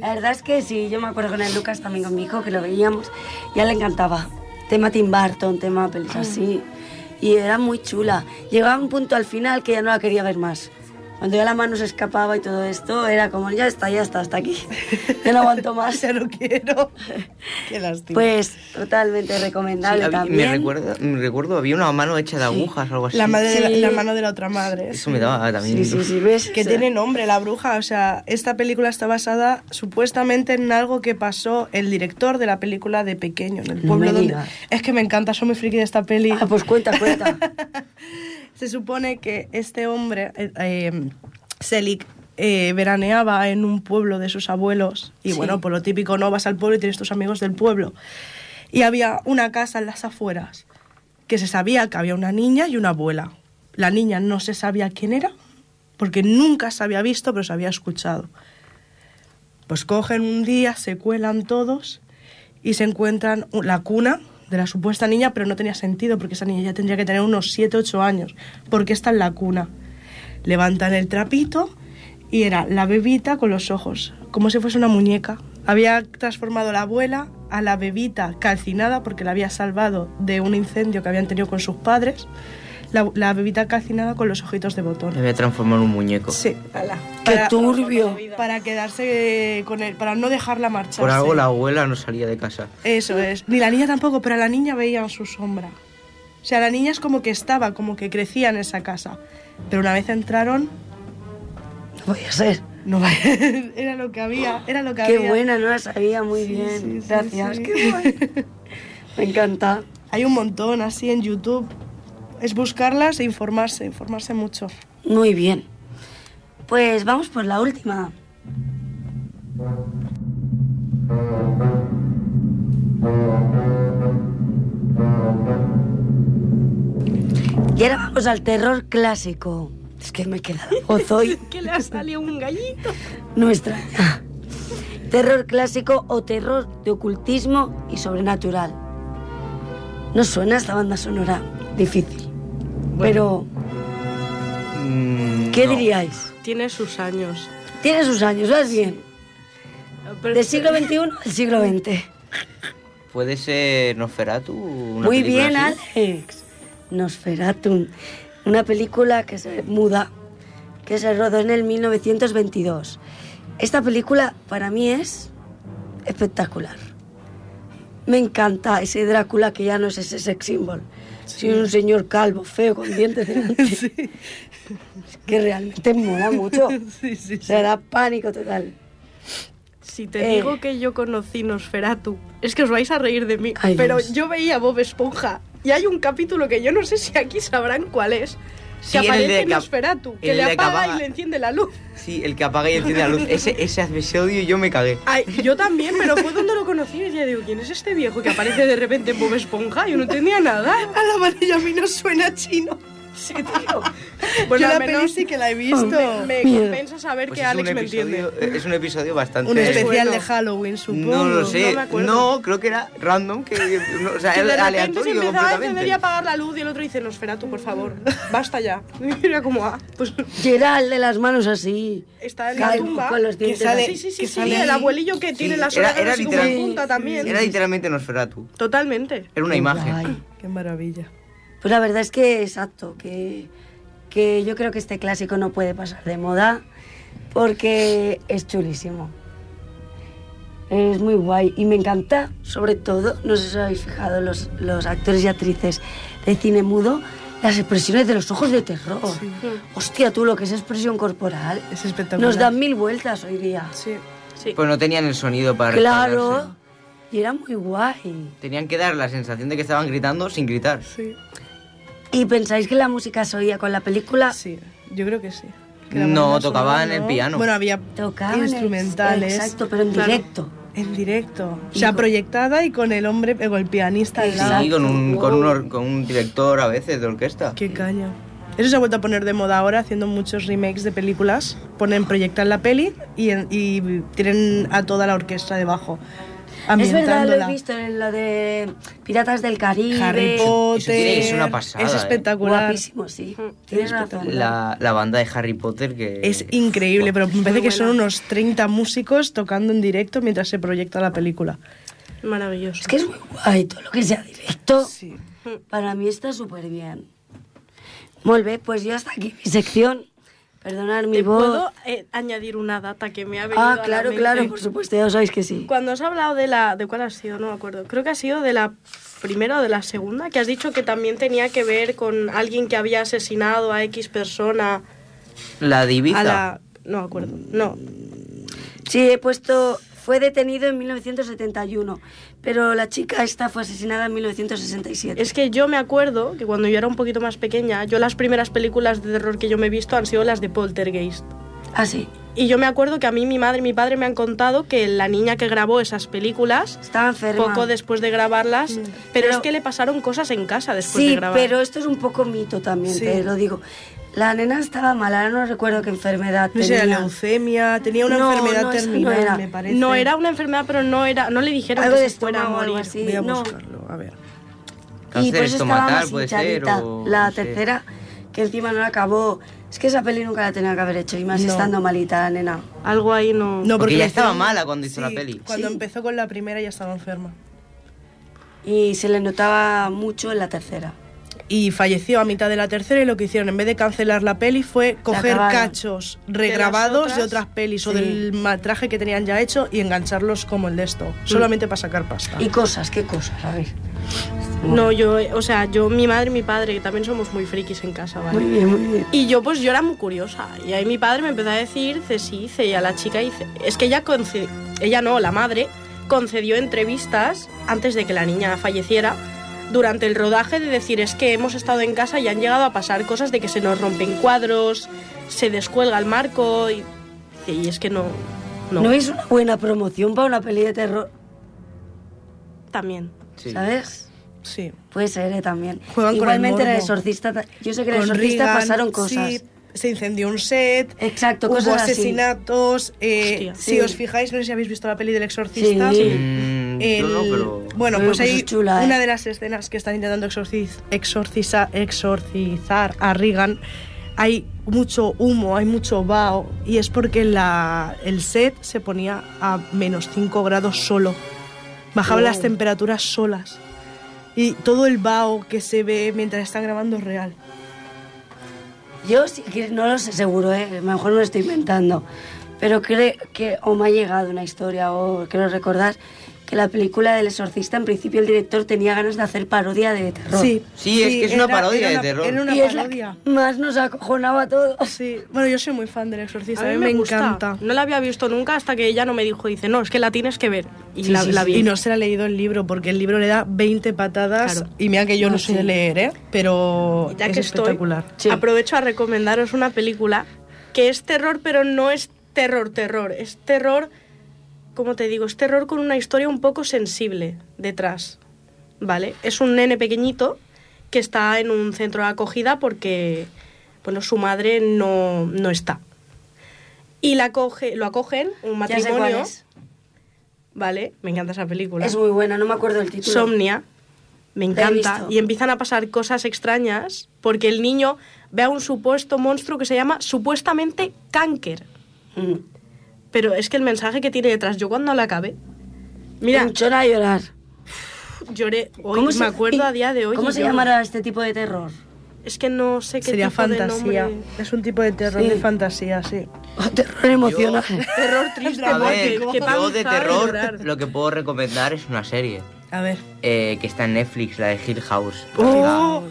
Speaker 1: La verdad es que sí, yo me acuerdo con el Lucas también con mi hijo que lo veíamos y a él le encantaba. Tema Tim Burton, tema pelis así. Y era muy chula. Llegaba un punto al final que ya no la quería ver más. Cuando ya la mano se escapaba y todo esto, era como, ya está, ya está, hasta aquí. Ya no aguanto más.
Speaker 4: Ya no quiero. Qué lástima.
Speaker 1: Pues totalmente recomendable
Speaker 3: Sí, hab-
Speaker 1: también.
Speaker 3: me, recuerda, me recuerdo, había una mano hecha de agujas o
Speaker 2: Pues
Speaker 3: algo así.
Speaker 4: la, madre de la,
Speaker 1: Sí.
Speaker 4: la mano de la otra madre.
Speaker 3: Eso me daba también...
Speaker 1: Sí, Pues sí, sí, ¿ves?
Speaker 4: Que
Speaker 1: O sea,
Speaker 4: tiene nombre, la bruja. O sea, esta película está basada supuestamente en algo que pasó el director de la película de pequeño, en el
Speaker 1: No
Speaker 4: pueblo
Speaker 1: me
Speaker 4: donde.
Speaker 1: digas.
Speaker 4: Es que me encanta, soy muy friki de esta peli.
Speaker 1: Ah, pues cuenta, cuenta.
Speaker 4: Se supone que este hombre, eh, eh, Selig, eh, veraneaba en un pueblo de sus abuelos. Y
Speaker 1: Sí.
Speaker 4: bueno, por lo típico, no vas al pueblo y tienes tus amigos del pueblo. Y había una casa en las afueras que se sabía que había una niña y una abuela. La niña no se sabía quién era, porque nunca se había visto, pero se había escuchado. Pues cogen un día, se cuelan todos y se encuentran u- la cuna de la supuesta niña, pero no tenía sentido porque esa niña ya tendría que tener unos 7, 8 años, porque está en la cuna. Levantan el trapito y era la bebita con los ojos, como si fuese una muñeca. Había transformado la abuela a la bebita calcinada porque la había salvado de un incendio que habían tenido con sus padres. La, la bebita calcinada con los ojitos de botón.
Speaker 3: Me había transformado en un muñeco.
Speaker 1: Qué
Speaker 4: Sí. Para-
Speaker 1: turbio.
Speaker 4: Para quedarse con él, para no dejarla marchar.
Speaker 3: Por algo la abuela no salía de casa.
Speaker 4: Eso es. Ni la niña tampoco, pero a la niña veían su sombra. O sea, la niña es como que estaba, como que crecía en esa casa. Pero una vez entraron,
Speaker 1: podía ser.
Speaker 4: No vaya. Era lo que había, era lo que
Speaker 1: Qué
Speaker 4: había.
Speaker 1: buena, no la sabía muy
Speaker 4: Sí,
Speaker 1: bien.
Speaker 4: sí, sí,
Speaker 1: Gracias,
Speaker 4: sí.
Speaker 1: qué guay. Me encanta.
Speaker 4: Hay un montón así en YouTube. Es buscarlas e informarse, informarse mucho.
Speaker 1: Muy bien. Pues vamos por la última. Y ahora vamos al terror clásico. Es que me queda la voz hoy.
Speaker 2: Que le ha salido un gallito.
Speaker 1: Nuestra. Terror clásico o terror de ocultismo y sobrenatural. ¿No suena esta banda sonora? Difícil. Pero,
Speaker 3: Mm,
Speaker 1: ¿qué
Speaker 3: no.
Speaker 1: diríais?
Speaker 2: Tiene sus años.
Speaker 1: Tiene sus años, vas bien.
Speaker 2: Pero-
Speaker 1: Del siglo XXI al siglo XX.
Speaker 3: Puede ser Nosferatu. una
Speaker 1: Muy
Speaker 3: película
Speaker 1: bien,
Speaker 3: así.
Speaker 1: Alex. Nosferatum. Una película que se muda, que se rodó en el 1922. Esta película para mí es espectacular. Me encanta ese Drácula que ya no es ese sex symbol. sino un señor calvo, feo, con dientes delante. Que realmente mola mucho.
Speaker 4: Sí, sí,
Speaker 1: O sea, da pánico total.
Speaker 2: Si te
Speaker 1: Eh.
Speaker 2: digo que yo conocí Nosferatu, es que os vais a reír de mí,
Speaker 1: Ay,
Speaker 2: pero
Speaker 1: Dios.
Speaker 2: yo veía Bob Esponja y hay un capítulo que yo no sé si aquí sabrán cuál es.
Speaker 3: Sí,
Speaker 2: Que
Speaker 3: en el
Speaker 2: aparece
Speaker 3: de Cap-
Speaker 2: Nosferatu, que
Speaker 3: en el
Speaker 2: le
Speaker 3: de
Speaker 2: apaga
Speaker 3: Cabaga.
Speaker 2: y le enciende la luz.
Speaker 3: Sí, el que apaga y enciende la luz. Ese, ese episodio yo me cagué.
Speaker 2: Ay, yo también, pero fue donde lo conocí y ya digo, ¿quién es este viejo que aparece de repente en Bob Esponja? Yo no entendía nada.
Speaker 4: A la madre y a mí no suena chino.
Speaker 2: Sí, tío. Bueno,
Speaker 4: Yo la
Speaker 2: al
Speaker 4: peli
Speaker 2: menos
Speaker 4: sí que la he visto. Oh,
Speaker 2: me, me
Speaker 1: Miedo.
Speaker 2: compensa saber
Speaker 3: Pues
Speaker 2: que
Speaker 3: es un
Speaker 2: Alex me entiende.
Speaker 3: episodio- eh, Es un episodio bastante.
Speaker 4: Un especial
Speaker 2: bueno.
Speaker 4: de Halloween, supongo.
Speaker 3: No lo sé.
Speaker 2: no me acuerdo.
Speaker 3: No, creo que era random. Que, no, o sea,
Speaker 2: Que de
Speaker 3: era
Speaker 2: repente se
Speaker 3: aleatorio
Speaker 2: empezaba a encender y
Speaker 3: completamente.
Speaker 2: a apagar la luz y el otro dice, Nosferatu, por favor, basta ya. Y era como, ah, pues
Speaker 1: Gerald de las manos así.
Speaker 2: está en la
Speaker 1: calvo,
Speaker 2: tumba.
Speaker 1: con los
Speaker 4: que
Speaker 1: dientes
Speaker 4: sale-
Speaker 1: así.
Speaker 2: sí, sí, sí,
Speaker 4: que
Speaker 2: sí,
Speaker 4: sale
Speaker 2: el
Speaker 4: ahí.
Speaker 2: abuelillo que tiene las orejas
Speaker 3: era
Speaker 2: así como en
Speaker 3: literal-
Speaker 2: punta también.
Speaker 3: Era literalmente Nosferatu.
Speaker 2: Totalmente.
Speaker 3: Era una
Speaker 1: Qué
Speaker 3: imagen.
Speaker 1: guay.
Speaker 4: Qué maravilla.
Speaker 1: Pues la verdad es que, exacto, que, que yo creo que este clásico no puede pasar de moda porque es chulísimo. Es muy guay y me encanta, sobre todo, no sé si os habéis fijado, los, los actores y actrices de cine mudo, las expresiones de los ojos de terror. Hostia, tú lo que es expresión corporal.
Speaker 4: Es espectacular.
Speaker 1: Nos dan mil vueltas hoy día.
Speaker 4: Sí.
Speaker 2: Sí.
Speaker 3: Pues no tenían el sonido para
Speaker 1: Claro.
Speaker 3: respaldarse.
Speaker 1: Y era muy guay.
Speaker 3: Tenían que dar la sensación de que estaban gritando sin gritar.
Speaker 4: Sí.
Speaker 1: ¿Y pensáis que la música se oía con la película?
Speaker 4: Sí, yo creo que sí.
Speaker 3: Ah, No,
Speaker 4: banda
Speaker 3: tocaban
Speaker 4: sonora,
Speaker 3: el piano.
Speaker 4: Bueno, había
Speaker 1: Tocaban el-
Speaker 4: instrumentales.
Speaker 1: Exacto, pero en
Speaker 4: Claro.
Speaker 1: directo.
Speaker 4: En directo. O
Speaker 1: Y
Speaker 4: sea,
Speaker 1: con-
Speaker 4: proyectada y con el hombre, eh, con el pianista al lado.
Speaker 3: Sí, con un, con, un,
Speaker 1: Wow.
Speaker 3: or- con un director a veces de orquesta.
Speaker 4: Qué caña. Eso se ha vuelto a poner de moda ahora, haciendo muchos remakes de películas. Ponen, proyectan la peli y, en- y tienen a toda la orquesta debajo.
Speaker 1: Es verdad, lo
Speaker 4: ambientándola.
Speaker 1: he visto en lo de Piratas del Caribe.
Speaker 4: Harry Potter.
Speaker 3: tiene- es una pasada,
Speaker 4: Es
Speaker 3: eh.
Speaker 4: espectacular.
Speaker 1: Guapísimo, sí. Mm, Tienes razón.
Speaker 3: La, la banda de Harry Potter que...
Speaker 4: Es increíble, pero me parece que son
Speaker 2: buena.
Speaker 4: unos 30 músicos tocando en directo mientras se proyecta la película.
Speaker 2: Maravilloso.
Speaker 1: Es que es muy guay todo lo que sea directo.
Speaker 4: Sí.
Speaker 1: Para mí está súper bien. Muy bien, pues yo hasta aquí mi sección. Perdonar mi
Speaker 2: ¿Te
Speaker 1: voz.
Speaker 2: puedo eh, añadir una data que me ha venido a
Speaker 1: ah,
Speaker 2: la
Speaker 1: claro,
Speaker 2: mente?
Speaker 1: claro, por supuesto, ya sabéis que sí.
Speaker 2: Cuando has hablado de la... ¿De cuál ha sido? No me acuerdo. Creo que ha sido de la primera o de la segunda, que has dicho que también tenía que ver con alguien que había asesinado a X persona.
Speaker 3: La de Ibiza.
Speaker 2: A la... No me acuerdo. No.
Speaker 1: Sí, he puesto. Fue detenido en 1971, pero la chica esta fue asesinada en 1967.
Speaker 2: Es que yo me acuerdo que cuando yo era un poquito más pequeña, yo las primeras películas de terror que yo me he visto han sido las de Poltergeist.
Speaker 1: Ah, sí.
Speaker 2: Y yo me acuerdo que a mí mi madre y mi padre me han contado que la niña que grabó esas películas,
Speaker 1: Estaba enferma.
Speaker 2: poco después de grabarlas, pero, es
Speaker 1: Pero-
Speaker 2: que le pasaron cosas en casa después
Speaker 1: Sí,
Speaker 2: de grabar.
Speaker 1: pero esto es un poco mito también,
Speaker 4: Sí.
Speaker 1: te lo digo. La nena estaba mala, ahora no recuerdo qué enfermedad
Speaker 4: No sé,
Speaker 1: tenía.
Speaker 4: era leucemia, tenía una
Speaker 1: No,
Speaker 4: enfermedad
Speaker 1: no, eso no
Speaker 4: terminal,
Speaker 1: era.
Speaker 4: me parece.
Speaker 2: No era una enfermedad, pero no era, no le dijeron
Speaker 1: Algo
Speaker 2: que
Speaker 1: de
Speaker 2: se fuera a
Speaker 1: estómago o algo
Speaker 2: morir.
Speaker 1: así.
Speaker 4: Voy a
Speaker 1: no.
Speaker 4: buscarlo, a ver.
Speaker 1: y
Speaker 3: Cáncer
Speaker 1: por eso estaba
Speaker 3: estomacal,
Speaker 1: más
Speaker 3: puede ser,
Speaker 1: hinchadita.
Speaker 3: o-
Speaker 1: La
Speaker 3: no sé.
Speaker 1: tercera, que encima no la acabó. Es que esa peli nunca la tenía que haber hecho, y más
Speaker 4: No.
Speaker 1: estando malita la nena.
Speaker 2: Algo ahí no.
Speaker 4: No,
Speaker 3: Porque
Speaker 4: le
Speaker 3: ya estaba
Speaker 4: hicieron-
Speaker 3: mala cuando hizo
Speaker 4: Sí,
Speaker 3: la peli.
Speaker 4: Cuando
Speaker 1: Sí.
Speaker 4: empezó con la primera ya estaba enferma.
Speaker 1: Y se le notaba mucho en la tercera.
Speaker 4: Y falleció a mitad de la tercera y lo que hicieron en vez de cancelar la peli fue coger
Speaker 1: acabaron.
Speaker 4: cachos regrabados de,
Speaker 2: otras?
Speaker 4: otras pelis o
Speaker 1: Sí. Mm.
Speaker 4: del matraje que tenían ya hecho y engancharlos como el de esto, solamente para sacar pasta.
Speaker 1: Y cosas, qué cosas, a ver.
Speaker 2: No, yo, eh, o sea, yo, mi madre y mi padre, que también somos muy frikis en casa, ¿vale?
Speaker 1: Muy bien, muy bien.
Speaker 2: Y yo pues yo era muy curiosa. Y ahí mi padre me empezó a decir, "Ce sí, ce y a la chica dice, es que ella conce- ella no, la madre concedió entrevistas antes de que la niña falleciera durante el rodaje de decir, es que hemos estado en casa y han llegado a pasar cosas de que se nos rompen cuadros, se descuelga el marco y, dice, y es que no, no,
Speaker 1: No. es una buena promoción para una peli de terror,
Speaker 2: también.
Speaker 3: Sí.
Speaker 1: ¿sabes?
Speaker 4: Sí.
Speaker 1: Puede ser eh, también.
Speaker 4: Juegan con el
Speaker 1: Igualmente el
Speaker 4: morbo.
Speaker 1: exorcista. ta- Yo sé que en el
Speaker 4: Con
Speaker 1: exorcista
Speaker 4: Reagan,
Speaker 1: pasaron cosas.
Speaker 4: sí, se incendió un set.
Speaker 1: Exacto,
Speaker 4: hubo
Speaker 1: cosas así.
Speaker 4: asesinatos. eh,
Speaker 2: Hostia.
Speaker 4: si
Speaker 1: Sí.
Speaker 4: os fijáis, no sé si habéis visto la peli del exorcista.
Speaker 1: Sí.
Speaker 3: Mm, yo
Speaker 4: El-
Speaker 3: no, pero...
Speaker 4: Bueno,
Speaker 1: Pero
Speaker 4: pues
Speaker 1: pues
Speaker 4: hay
Speaker 1: es chula, ¿eh?
Speaker 4: una de las escenas que están intentando exorciz- exorciza- exorcizar a Regan. Hay mucho humo, hay mucho vaho, y es porque la, el set se ponía a menos 5 grados solo. Bajaban
Speaker 1: Oh.
Speaker 4: las temperaturas solas. Y todo el vaho que se ve mientras están grabando es real.
Speaker 1: Yo sí que no lo sé seguro, ¿eh? a lo mejor me lo estoy inventando. Pero creo que o me ha llegado una historia o quiero recordar que la película del exorcista en principio el director tenía ganas de hacer parodia de terror.
Speaker 4: Sí,
Speaker 3: Sí, es que es una parodia
Speaker 4: era
Speaker 3: de
Speaker 4: una-
Speaker 3: terror.
Speaker 4: Era una
Speaker 1: y es la
Speaker 4: parodia.
Speaker 1: que más nos acojonaba a todos.
Speaker 4: Sí, bueno, yo soy muy fan del exorcista, a mí, me,
Speaker 2: gusta.
Speaker 4: encanta.
Speaker 2: No la había visto nunca hasta que ella no me dijo, dice, no, es que la tienes que ver. Y
Speaker 4: Sí,
Speaker 2: la,
Speaker 4: sí,
Speaker 2: la
Speaker 4: sí.
Speaker 2: vi.
Speaker 4: Y no se le ha leído el libro, porque el libro le da 20 patadas.
Speaker 2: Claro.
Speaker 4: Y mira que yo no, sé de leer, ¿eh? Pero
Speaker 2: Y ya
Speaker 4: es
Speaker 2: que estoy,
Speaker 4: espectacular.
Speaker 1: Oh, Sí.
Speaker 2: aprovecho a recomendaros una película que es terror, pero no es terror, terror. Es terror, como te digo, es terror con una historia un poco sensible detrás. ¿Vale? Es un nene pequeñito que está en un centro de acogida porque, bueno, su madre no, no está. Y la acoge, lo acogen, un
Speaker 1: Ya sé cuál
Speaker 2: matrimonio.
Speaker 1: es.
Speaker 2: ¿Vale? Me encanta esa película.
Speaker 1: Es muy buena, no me acuerdo el título.
Speaker 2: Somnia. Me encanta.
Speaker 1: visto.
Speaker 2: Y empiezan a pasar cosas extrañas porque el niño ve a un supuesto monstruo que se llama supuestamente cánker.
Speaker 1: Mm.
Speaker 2: Pero es que el mensaje que tiene detrás, yo cuando la acabé, mira,
Speaker 1: Pinchona a llorar.
Speaker 2: lloré. Hoy me acuerdo a día de hoy.
Speaker 1: ¿Cómo
Speaker 2: y
Speaker 1: se
Speaker 2: lloro.
Speaker 1: llamará este tipo de terror?
Speaker 2: Es que no sé qué
Speaker 4: Sería
Speaker 2: tipo de
Speaker 4: fantasía.
Speaker 2: nombre.
Speaker 4: Es un tipo de terror
Speaker 1: Sí.
Speaker 4: de fantasía, sí.
Speaker 1: O terror emocional.
Speaker 2: Terror triste.
Speaker 3: A
Speaker 2: porque-
Speaker 1: eh,
Speaker 3: ver,
Speaker 2: que
Speaker 3: yo
Speaker 2: panza
Speaker 3: de
Speaker 2: llorar.
Speaker 3: terror lo que puedo recomendar es una serie
Speaker 4: A ver.
Speaker 3: eh, que está en Netflix, la de Hill House.
Speaker 2: ¡Oh!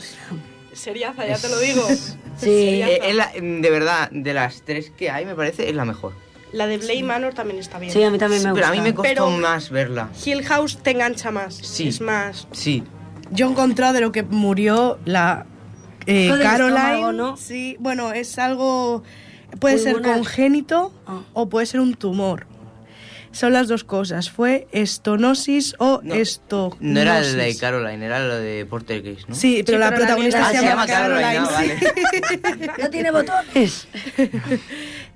Speaker 2: Seriaza, ya te lo digo.
Speaker 1: Sí.
Speaker 3: Eh, es la- de verdad, de las tres que hay, me parece, es la mejor.
Speaker 2: La de Blade Manor también está bien.
Speaker 1: Sí, a mí también me
Speaker 3: Pero
Speaker 1: gusta.
Speaker 3: a mí me costó
Speaker 2: Pero-
Speaker 3: más verla.
Speaker 2: Hill House te engancha más.
Speaker 3: Sí.
Speaker 2: Es más.
Speaker 3: Sí,
Speaker 4: Yo he encontrado de lo que murió la eh,
Speaker 1: Lo del
Speaker 4: Caroline.
Speaker 1: estómago, ¿no?
Speaker 4: Sí, bueno, es algo. Puede ser
Speaker 1: Pulmonar.
Speaker 4: congénito
Speaker 1: Ah.
Speaker 4: o puede ser un tumor. Son las dos cosas. Fue estonosis o
Speaker 3: No,
Speaker 4: esto.
Speaker 3: no era la de Caroline, era la de Porter Case, ¿no?
Speaker 4: Sí, pero
Speaker 2: Sí,
Speaker 4: la
Speaker 2: pero la
Speaker 4: protagonista
Speaker 3: Ah,
Speaker 2: niña-
Speaker 4: se, llama Caroline.
Speaker 3: ah,
Speaker 4: sí.
Speaker 3: vale.
Speaker 1: No tiene botones.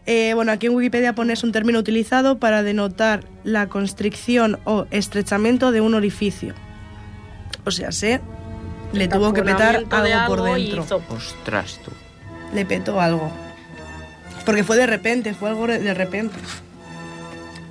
Speaker 4: Eh, bueno, aquí en Wikipedia pones un término utilizado para denotar la constricción o estrechamiento de un orificio. O sea, se le tuvo que petar algo,
Speaker 2: Taponamiento de
Speaker 4: por
Speaker 2: algo y
Speaker 4: dentro.
Speaker 2: hizo-
Speaker 3: Ostras, tú.
Speaker 4: Le petó algo. Porque fue de repente, fue algo de repente.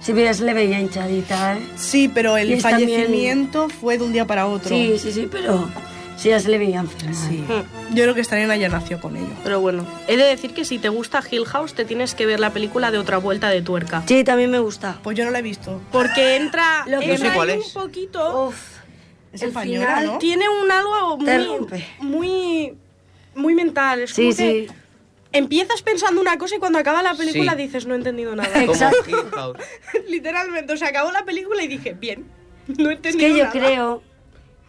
Speaker 1: Si miras, le veía hinchadita, ¿eh?
Speaker 4: Sí, pero
Speaker 1: Y
Speaker 4: el
Speaker 1: es también-
Speaker 4: fallecimiento fue de un día para otro.
Speaker 1: Sí, sí, sí, pero sí, ya se le veía enferma.
Speaker 4: Sí.
Speaker 2: Hmm.
Speaker 4: Yo creo que Estarena ya nació con ello.
Speaker 2: Pero bueno, he de decir que si te gusta Hill House te tienes que ver la película de otra vuelta de tuerca.
Speaker 1: Sí, también me gusta.
Speaker 4: Pues yo no la he visto.
Speaker 2: Porque entra,
Speaker 1: Lo que no
Speaker 2: entra
Speaker 1: sé
Speaker 2: ahí
Speaker 3: cuál
Speaker 2: un
Speaker 3: es.
Speaker 2: poquito,
Speaker 1: Uf,
Speaker 4: Es
Speaker 1: El
Speaker 4: española,
Speaker 1: final
Speaker 4: Oh, ¿no?
Speaker 2: tiene un algo
Speaker 1: Te
Speaker 2: muy,
Speaker 1: rompe.
Speaker 2: muy, muy mental. Es
Speaker 1: sí,
Speaker 2: como
Speaker 1: sí.
Speaker 2: que empiezas pensando una cosa y cuando acaba la película
Speaker 3: Sí.
Speaker 2: dices no he entendido nada.
Speaker 3: Como
Speaker 1: Exacto.
Speaker 3: Hill House.
Speaker 2: Literalmente, o sea, acabó la película y dije bien, no he
Speaker 1: Es
Speaker 2: entendido
Speaker 1: que yo
Speaker 2: nada.
Speaker 1: creo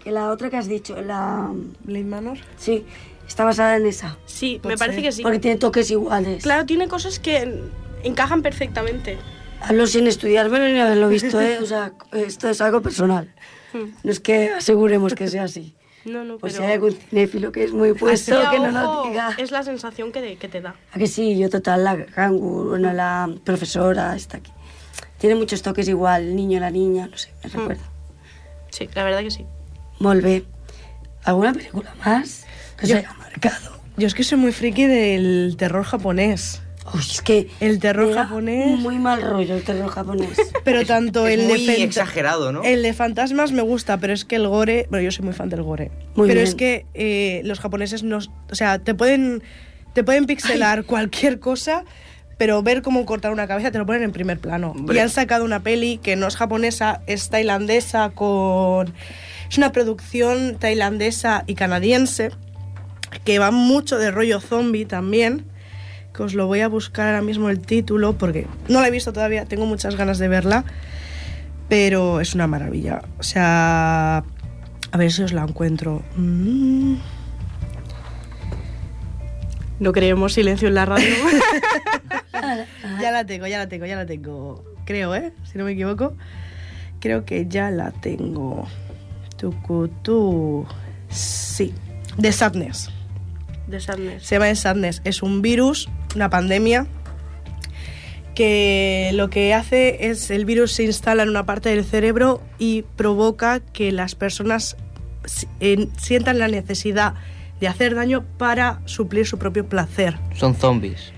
Speaker 1: que la otra que has dicho, la...
Speaker 4: Blade Manor.
Speaker 1: Sí, está basada en esa.
Speaker 2: Sí,
Speaker 4: Pues
Speaker 2: me parece
Speaker 4: sí.
Speaker 2: que sí.
Speaker 1: Porque tiene toques iguales.
Speaker 2: Claro, tiene cosas que en- encajan perfectamente.
Speaker 1: Hablo sin estudiármelo ni haberlo visto, ¿eh? O sea, esto es algo personal. No es que aseguremos que sea así.
Speaker 2: Mm. No, no,
Speaker 1: Pues si
Speaker 2: pero...
Speaker 1: hay algún cinéfilo que es muy puesto,
Speaker 2: Así a
Speaker 1: que no lo
Speaker 2: ojo,
Speaker 1: diga.
Speaker 2: Es la sensación que, de- que te da.
Speaker 1: ¿A que sí? Yo total, la Hangur, bueno, la profesora está aquí. Tiene muchos toques igual, el niño, la niña, no sé, me
Speaker 4: Mm.
Speaker 1: recuerda.
Speaker 2: Sí, la verdad que sí.
Speaker 1: Molve. ¿Alguna película más que
Speaker 4: Yo-
Speaker 1: se haya marcado?
Speaker 4: Yo es que soy muy friki del terror japonés.
Speaker 1: Uy, es que...
Speaker 4: El terror
Speaker 1: me da
Speaker 4: japonés.
Speaker 1: Muy mal rollo el terror japonés.
Speaker 4: Pero tanto
Speaker 3: es
Speaker 4: el
Speaker 3: muy
Speaker 4: de fanta-
Speaker 3: exagerado, ¿no?
Speaker 4: El de fantasmas me gusta, pero es que el gore. Bueno, yo soy muy fan del gore.
Speaker 1: Muy
Speaker 4: pero
Speaker 1: bien.
Speaker 4: es que eh, los japoneses nos. O sea, te pueden, te pueden pixelar cualquier cosa, pero ver cómo cortar una cabeza te lo ponen en primer plano.
Speaker 3: Hombre.
Speaker 4: Y han sacado una peli que no es japonesa, es tailandesa con. Es una producción tailandesa y canadiense que va mucho de rollo zombie también. Que os lo voy a buscar ahora mismo el título porque no la he visto todavía, tengo muchas ganas de verla. Pero es una maravilla. O sea, a ver si os la encuentro. Mm.
Speaker 2: No creemos silencio en la radio.
Speaker 4: Ya la tengo, ya la tengo, ya la tengo. Creo, ¿eh? Si no me equivoco. Creo que ya la tengo. Tucutú. Sí. De Sadness.
Speaker 2: de Sadness.
Speaker 4: Se llama The Sadness. Es un virus, una pandemia, que lo que hace es el virus se instala en una parte del cerebro y provoca que las personas si- en- sientan la necesidad de hacer daño para suplir su propio placer.
Speaker 3: Son zombies.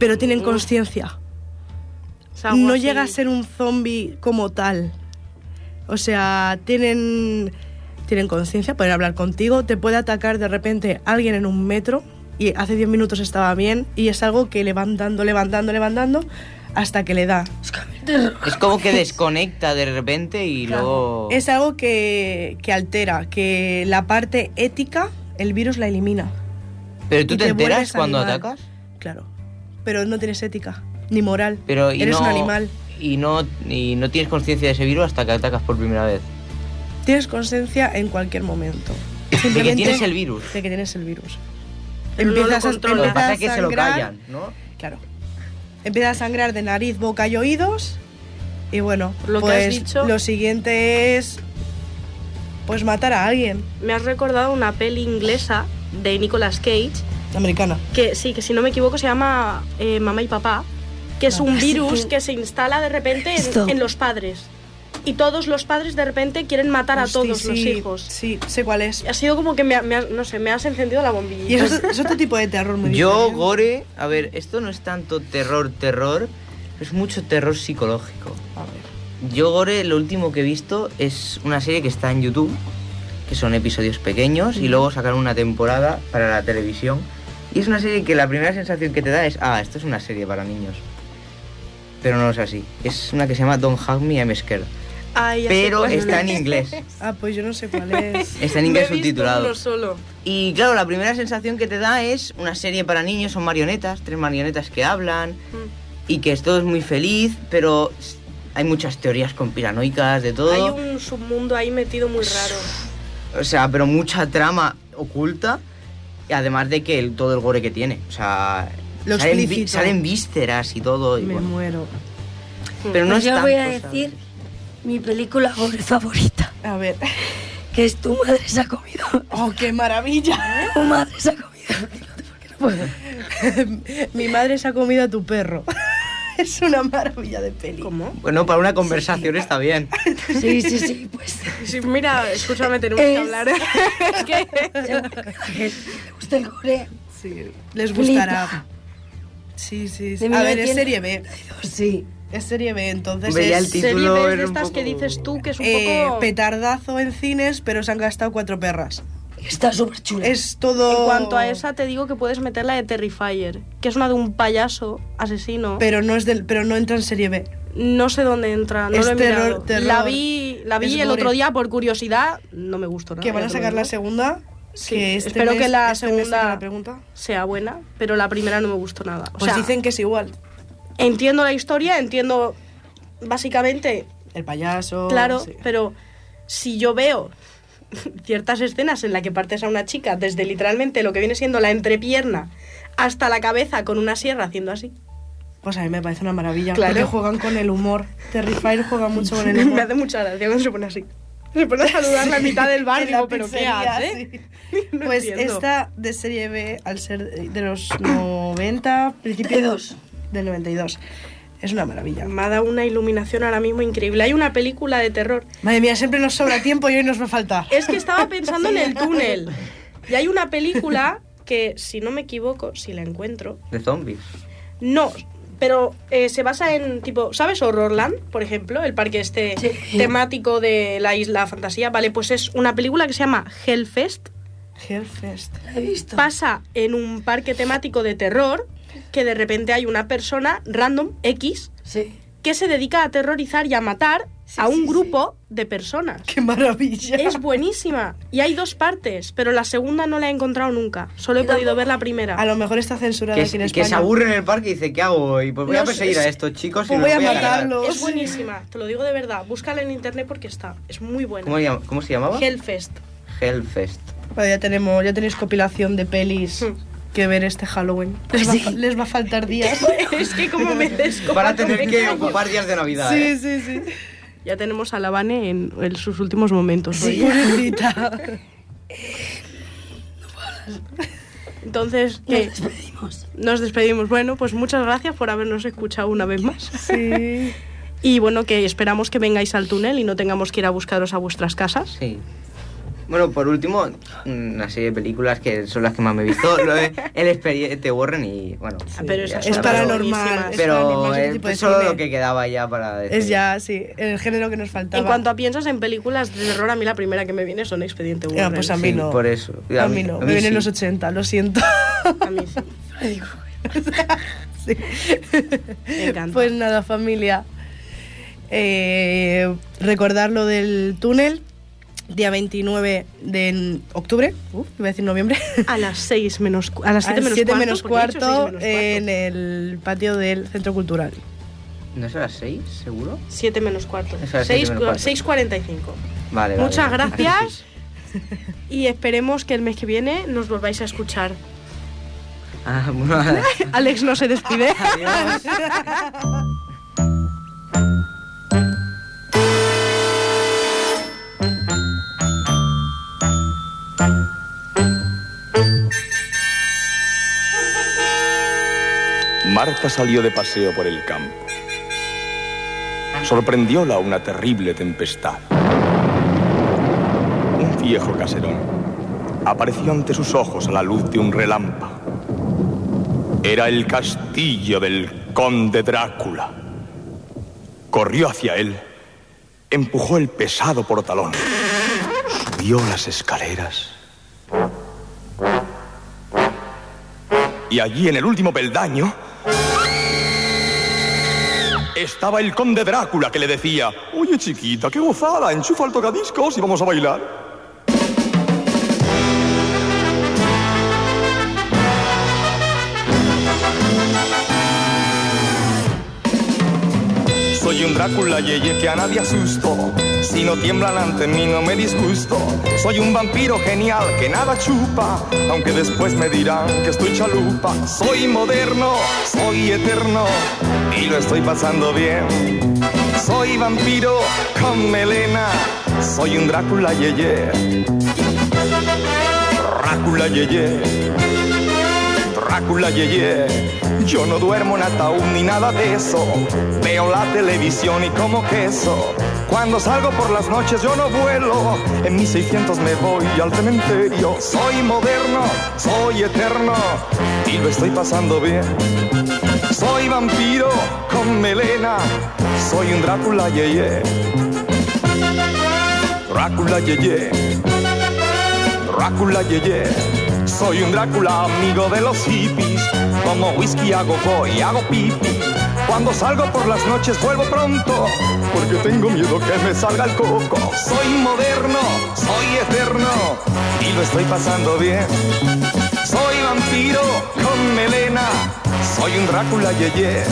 Speaker 4: Pero tienen conciencia.
Speaker 2: Es algo
Speaker 4: no
Speaker 2: así.
Speaker 4: llega a ser un zombie como tal. O sea, tienen tienen conciencia, pueden hablar contigo, te puede atacar de repente alguien en un metro y hace 10 minutos estaba bien y es algo que le van dando, le van dando, le van dando hasta que le da.
Speaker 3: Es como que desconecta de repente y luego...
Speaker 4: Es algo que, que altera, que la parte ética el virus la elimina.
Speaker 3: Pero tú
Speaker 4: y
Speaker 3: te,
Speaker 4: te
Speaker 3: enteras
Speaker 4: vuelves
Speaker 3: cuando
Speaker 4: animal.
Speaker 3: atacas.
Speaker 4: Claro, pero no tienes ética ni moral.
Speaker 3: Pero y
Speaker 4: Eres
Speaker 3: no-
Speaker 4: un animal.
Speaker 3: Y no, y no tienes conciencia de ese virus hasta que atacas por primera vez.
Speaker 4: Tienes conciencia en cualquier momento.
Speaker 3: De que
Speaker 4: Simplemente-
Speaker 3: tienes el virus.
Speaker 4: de que tienes el virus.
Speaker 2: Pero no lo controlas.
Speaker 3: Lo que
Speaker 2: empieza
Speaker 3: pasa
Speaker 4: a
Speaker 3: es que se lo
Speaker 4: sangrar-
Speaker 3: callan, ¿no?
Speaker 4: Claro. Empieza a sangrar de nariz, boca y oídos. Y bueno,
Speaker 2: Por lo que
Speaker 4: pues
Speaker 2: has dicho-
Speaker 4: lo siguiente es pues matar a alguien.
Speaker 2: Me has recordado una peli inglesa de Nicolas Cage,
Speaker 4: Americana.
Speaker 2: que sí, que si no me equivoco se llama eh, Mamá y Papá, que es un virus que se instala de repente
Speaker 1: Esto.
Speaker 2: en, en los padres. Y todos los padres de repente quieren matar a
Speaker 4: Hosti,
Speaker 2: todos
Speaker 4: sí,
Speaker 2: los hijos.
Speaker 4: Sí, sé cuál es.
Speaker 2: Ha sido como que me, ha- me has- no sé, me has encendido la bombilla.
Speaker 4: Y es otro, es otro tipo de terror muy
Speaker 3: Yo,
Speaker 4: diferente.
Speaker 3: Gore, a ver, esto no es tanto terror, terror, es mucho terror psicológico.
Speaker 4: A ver.
Speaker 3: Yo, Gore, lo último que he visto es una serie que está en YouTube, que son episodios pequeños, y luego sacaron una temporada para la televisión. Y es una serie que la primera sensación que te da es, ah, esto es una serie para niños. Pero no es así. Es una que se llama Don't Hug Me, I'm Scared.
Speaker 2: Ay, ya sé
Speaker 3: Pero
Speaker 2: cuál
Speaker 3: está en
Speaker 2: es.
Speaker 3: inglés.
Speaker 4: Ah, pues yo no sé cuál es.
Speaker 3: Está en inglés
Speaker 2: Me he visto
Speaker 3: subtitulado.
Speaker 2: uno solo.
Speaker 3: Y claro, la primera sensación que te da es una serie para niños, son marionetas, tres marionetas que hablan
Speaker 4: Mm.
Speaker 3: y que es todo es muy feliz, pero s- hay muchas teorías conspiranoicas de todo.
Speaker 2: Hay un submundo ahí metido muy raro.
Speaker 3: O sea, pero mucha trama oculta y además de que el- todo el gore que tiene. O sea,
Speaker 4: Lo
Speaker 3: salen, vi-
Speaker 4: explícito.
Speaker 3: salen vísceras y todo. y
Speaker 4: Me
Speaker 3: bueno.
Speaker 4: muero. Hmm.
Speaker 3: Pero no
Speaker 1: Pues
Speaker 3: es
Speaker 1: yo
Speaker 3: tanto,
Speaker 1: voy a
Speaker 3: ¿sabes?
Speaker 1: decir mi película gore favorita,
Speaker 4: A ver.
Speaker 1: que es Tu madre se ha comido.
Speaker 4: Oh, qué maravilla.
Speaker 1: Tu madre se ha comido.
Speaker 4: Mi madre se ha comido a tu perro. es una maravilla de peli.
Speaker 2: ¿Cómo?
Speaker 3: Bueno, para una conversación está bien.
Speaker 1: Sí, sí, sí, pues
Speaker 2: Sí, mira, escúchame, tenemos que
Speaker 1: Es-
Speaker 2: hablar. es que
Speaker 1: seguro que a la gente le gusta el gore.
Speaker 4: Sí. Les
Speaker 1: Flipa.
Speaker 4: gustará. Sí, sí, sí.
Speaker 1: De
Speaker 4: A ver, es
Speaker 1: 1900.
Speaker 4: serie B.
Speaker 1: Sí.
Speaker 4: Es serie B, entonces
Speaker 3: Veía el
Speaker 4: es
Speaker 3: título,
Speaker 2: serie B es
Speaker 3: era
Speaker 2: de
Speaker 3: un
Speaker 2: estas que
Speaker 3: poco-
Speaker 2: dices tú que es un
Speaker 4: eh,
Speaker 2: poco...
Speaker 4: petardazo en cines, pero se han gastado cuatro perras.
Speaker 1: Está súper chula.
Speaker 4: Es todo...
Speaker 2: Mm. En cuanto a esa, te digo que puedes meter la de Terrifier, que es una de un payaso asesino.
Speaker 4: Pero no, es del, pero no entra en serie B.
Speaker 3: Ah,
Speaker 2: no sé dónde entra, no
Speaker 4: Es
Speaker 2: lo he
Speaker 4: terror-
Speaker 2: mirado.
Speaker 4: terror.
Speaker 2: La vi, la vi
Speaker 4: Es
Speaker 2: el
Speaker 4: gore.
Speaker 2: otro día por curiosidad, no me gustó nada.
Speaker 4: que van
Speaker 2: ya
Speaker 4: a
Speaker 2: te lo
Speaker 4: sacar la
Speaker 2: digo.
Speaker 4: segunda.
Speaker 2: Sí,
Speaker 4: que este
Speaker 2: espero
Speaker 4: mes-
Speaker 2: que la
Speaker 4: este mes
Speaker 2: segunda-
Speaker 4: sacan la pregunta.
Speaker 2: sea buena, pero la primera no me gustó nada. O
Speaker 4: Pues
Speaker 2: sea,
Speaker 4: dicen que es igual.
Speaker 2: entiendo la historia, entiendo básicamente,
Speaker 4: El payaso...
Speaker 2: claro,
Speaker 4: sí.
Speaker 2: pero si yo veo ciertas escenas en las que partes a una chica desde literalmente lo que viene siendo la entrepierna hasta la cabeza con una sierra haciendo así,
Speaker 4: Pues a mí me parece una maravilla.
Speaker 2: Claro.
Speaker 4: Porque juegan con el humor. Terrifier juega mucho con el
Speaker 2: me hace
Speaker 4: humor.
Speaker 2: mucha gracia cuando se pone así. Se pone a saludar la mitad del bar,
Speaker 4: En
Speaker 2: digo,
Speaker 4: la
Speaker 2: pero ¿qué
Speaker 4: pizzería,
Speaker 2: hace?
Speaker 4: sí.
Speaker 2: No
Speaker 4: pues
Speaker 2: entiendo.
Speaker 4: esta de serie B, al ser de de los 90, principios del 92. Es una maravilla.
Speaker 2: Me ha dado una iluminación ahora mismo increíble. Hay una película de terror.
Speaker 4: Madre mía, siempre nos sobra tiempo y hoy nos va a faltar.
Speaker 2: Es que estaba pensando en el túnel. Y hay una película que, si no me equivoco, si la encuentro,
Speaker 3: De zombies.
Speaker 2: No, pero eh, se basa en tipo, ¿sabes Horrorland, por ejemplo? El parque este
Speaker 1: Sí.
Speaker 2: temático de la isla fantasía. Vale, pues es una película que se llama Hellfest.
Speaker 4: Hellfest.
Speaker 1: La he visto.
Speaker 2: Pasa en un parque temático de terror que de repente hay una persona random X
Speaker 1: Sí.
Speaker 2: que se dedica a aterrorizar y a matar a un grupo de personas.
Speaker 4: ¡Qué maravilla!
Speaker 2: Es buenísima. Y hay dos partes, pero la segunda no la he encontrado nunca. Solo he podido ver la primera.
Speaker 4: A lo mejor está censurada
Speaker 3: Que,
Speaker 4: aquí en
Speaker 3: se- que
Speaker 4: España.
Speaker 3: se aburre en el parque y dice, ¿qué hago hoy? Pues voy
Speaker 2: No
Speaker 3: a perseguir
Speaker 2: sé,
Speaker 3: a estos chicos
Speaker 4: pues
Speaker 3: y
Speaker 4: voy
Speaker 3: los
Speaker 4: a
Speaker 3: voy a matar.
Speaker 4: matarlos.
Speaker 2: Es buenísima, te lo digo de verdad. Búscala en internet porque está. Es muy
Speaker 3: ¿Cómo,
Speaker 2: buena.
Speaker 3: llam- cómo se llamaba?
Speaker 2: Hellfest.
Speaker 3: Hellfest.
Speaker 4: Bueno, ya tenemos, ya tenéis compilación de pelis
Speaker 2: Hmm.
Speaker 4: que ver este Halloween. Les va, les va a faltar días.
Speaker 2: es que como me descojo.
Speaker 3: Para tener que ocupar días de Navidad.
Speaker 4: sí,
Speaker 3: ¿eh?
Speaker 4: sí, sí.
Speaker 2: Ya tenemos a Lavane en, en sus últimos momentos. hoy.
Speaker 4: Pobrecita.
Speaker 2: Entonces, ¿qué? Nos despedimos. Bueno, pues muchas gracias por habernos escuchado una vez más.
Speaker 4: Sí.
Speaker 2: Y bueno, que esperamos que vengáis al túnel y no tengamos que ir a buscaros a vuestras casas.
Speaker 3: Sí. Bueno, por último, una serie de películas que son las que más me he visto. lo de El expediente Warren y, bueno...
Speaker 2: Ah, pero esas
Speaker 3: ya
Speaker 4: Es
Speaker 2: son
Speaker 3: está,
Speaker 4: paranormal.
Speaker 2: buenísimas.
Speaker 4: es
Speaker 3: Pero
Speaker 4: paranormal, es un
Speaker 3: eh,
Speaker 4: tipo de
Speaker 3: solo
Speaker 4: cine.
Speaker 3: lo que quedaba ya para decir.
Speaker 4: Es ya, sí, el género que nos faltaba.
Speaker 2: En cuanto a piensas en películas de terror, a mí la primera que me viene son Expediente Warren.
Speaker 4: pues a
Speaker 3: Sí,
Speaker 4: mí no.
Speaker 3: por eso.
Speaker 4: A mí no,
Speaker 3: a
Speaker 4: me
Speaker 3: mí
Speaker 4: vienen
Speaker 3: sí.
Speaker 4: los 80, lo siento.
Speaker 2: A mí sí,
Speaker 4: Sí.
Speaker 2: me encanta.
Speaker 4: Pues nada, familia. Eh, recordar lo del túnel, día 29 de octubre, uf, iba a decir noviembre.
Speaker 2: a las 6 menos... cu- A las 7
Speaker 4: Al
Speaker 2: menos,
Speaker 4: siete
Speaker 2: cuarto,
Speaker 4: menos
Speaker 2: porque he dicho seis
Speaker 4: cuarto,
Speaker 2: menos
Speaker 4: en el patio del Centro Cultural.
Speaker 3: ¿No es a las 6, seguro?
Speaker 2: 7 menos cuarto.
Speaker 3: Eso es siete
Speaker 2: Seis
Speaker 3: menos
Speaker 2: cu-
Speaker 3: cuarto.
Speaker 2: 6.45.
Speaker 3: Vale, vale,
Speaker 2: Muchas
Speaker 3: vale.
Speaker 2: gracias. Y esperemos que el mes que viene nos volváis a escuchar.
Speaker 3: Ah, bueno,
Speaker 2: Alex no se despide.
Speaker 10: Marta salió de paseo por el campo. Sorprendióla una terrible tempestad. Un viejo caserón apareció ante sus ojos a la luz de un relámpago. Era el castillo del conde Drácula. Corrió hacia él, empujó el pesado portalón, subió las escaleras. Y allí en el último peldaño estaba el conde Drácula que le decía, oye chiquita, qué gozada, enchufa el tocadiscos y vamos a bailar. Soy un Drácula yeye que a nadie asusto. Si no tiemblan ante mí no me disgusto. Soy un vampiro genial que nada chupa, aunque después me dirán que estoy chalupa. Soy moderno, soy eterno y lo estoy pasando bien. Soy vampiro con melena, soy un Drácula yeye. Drácula yeye. Drácula yeye. Yo no duermo en ataúd ni nada de eso. Veo la televisión y como queso. Cuando salgo por las noches yo no vuelo. En mis 600 me voy al cementerio. Soy moderno, soy eterno y lo estoy pasando bien. Soy vampiro con melena. Soy un Drácula yeye. Drácula yeye. Drácula yeye. Soy un Drácula amigo de los hippies. Como whisky hago y hago pipi. Cuando salgo por las noches vuelvo pronto, porque tengo miedo que me salga el coco. Soy moderno, soy eterno y lo estoy pasando bien. Soy vampiro con melena, soy un Drácula yeye.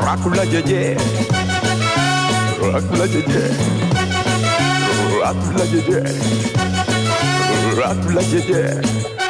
Speaker 10: Drácula yeye. Drácula yeye. Drácula yeye. Drácula yeye.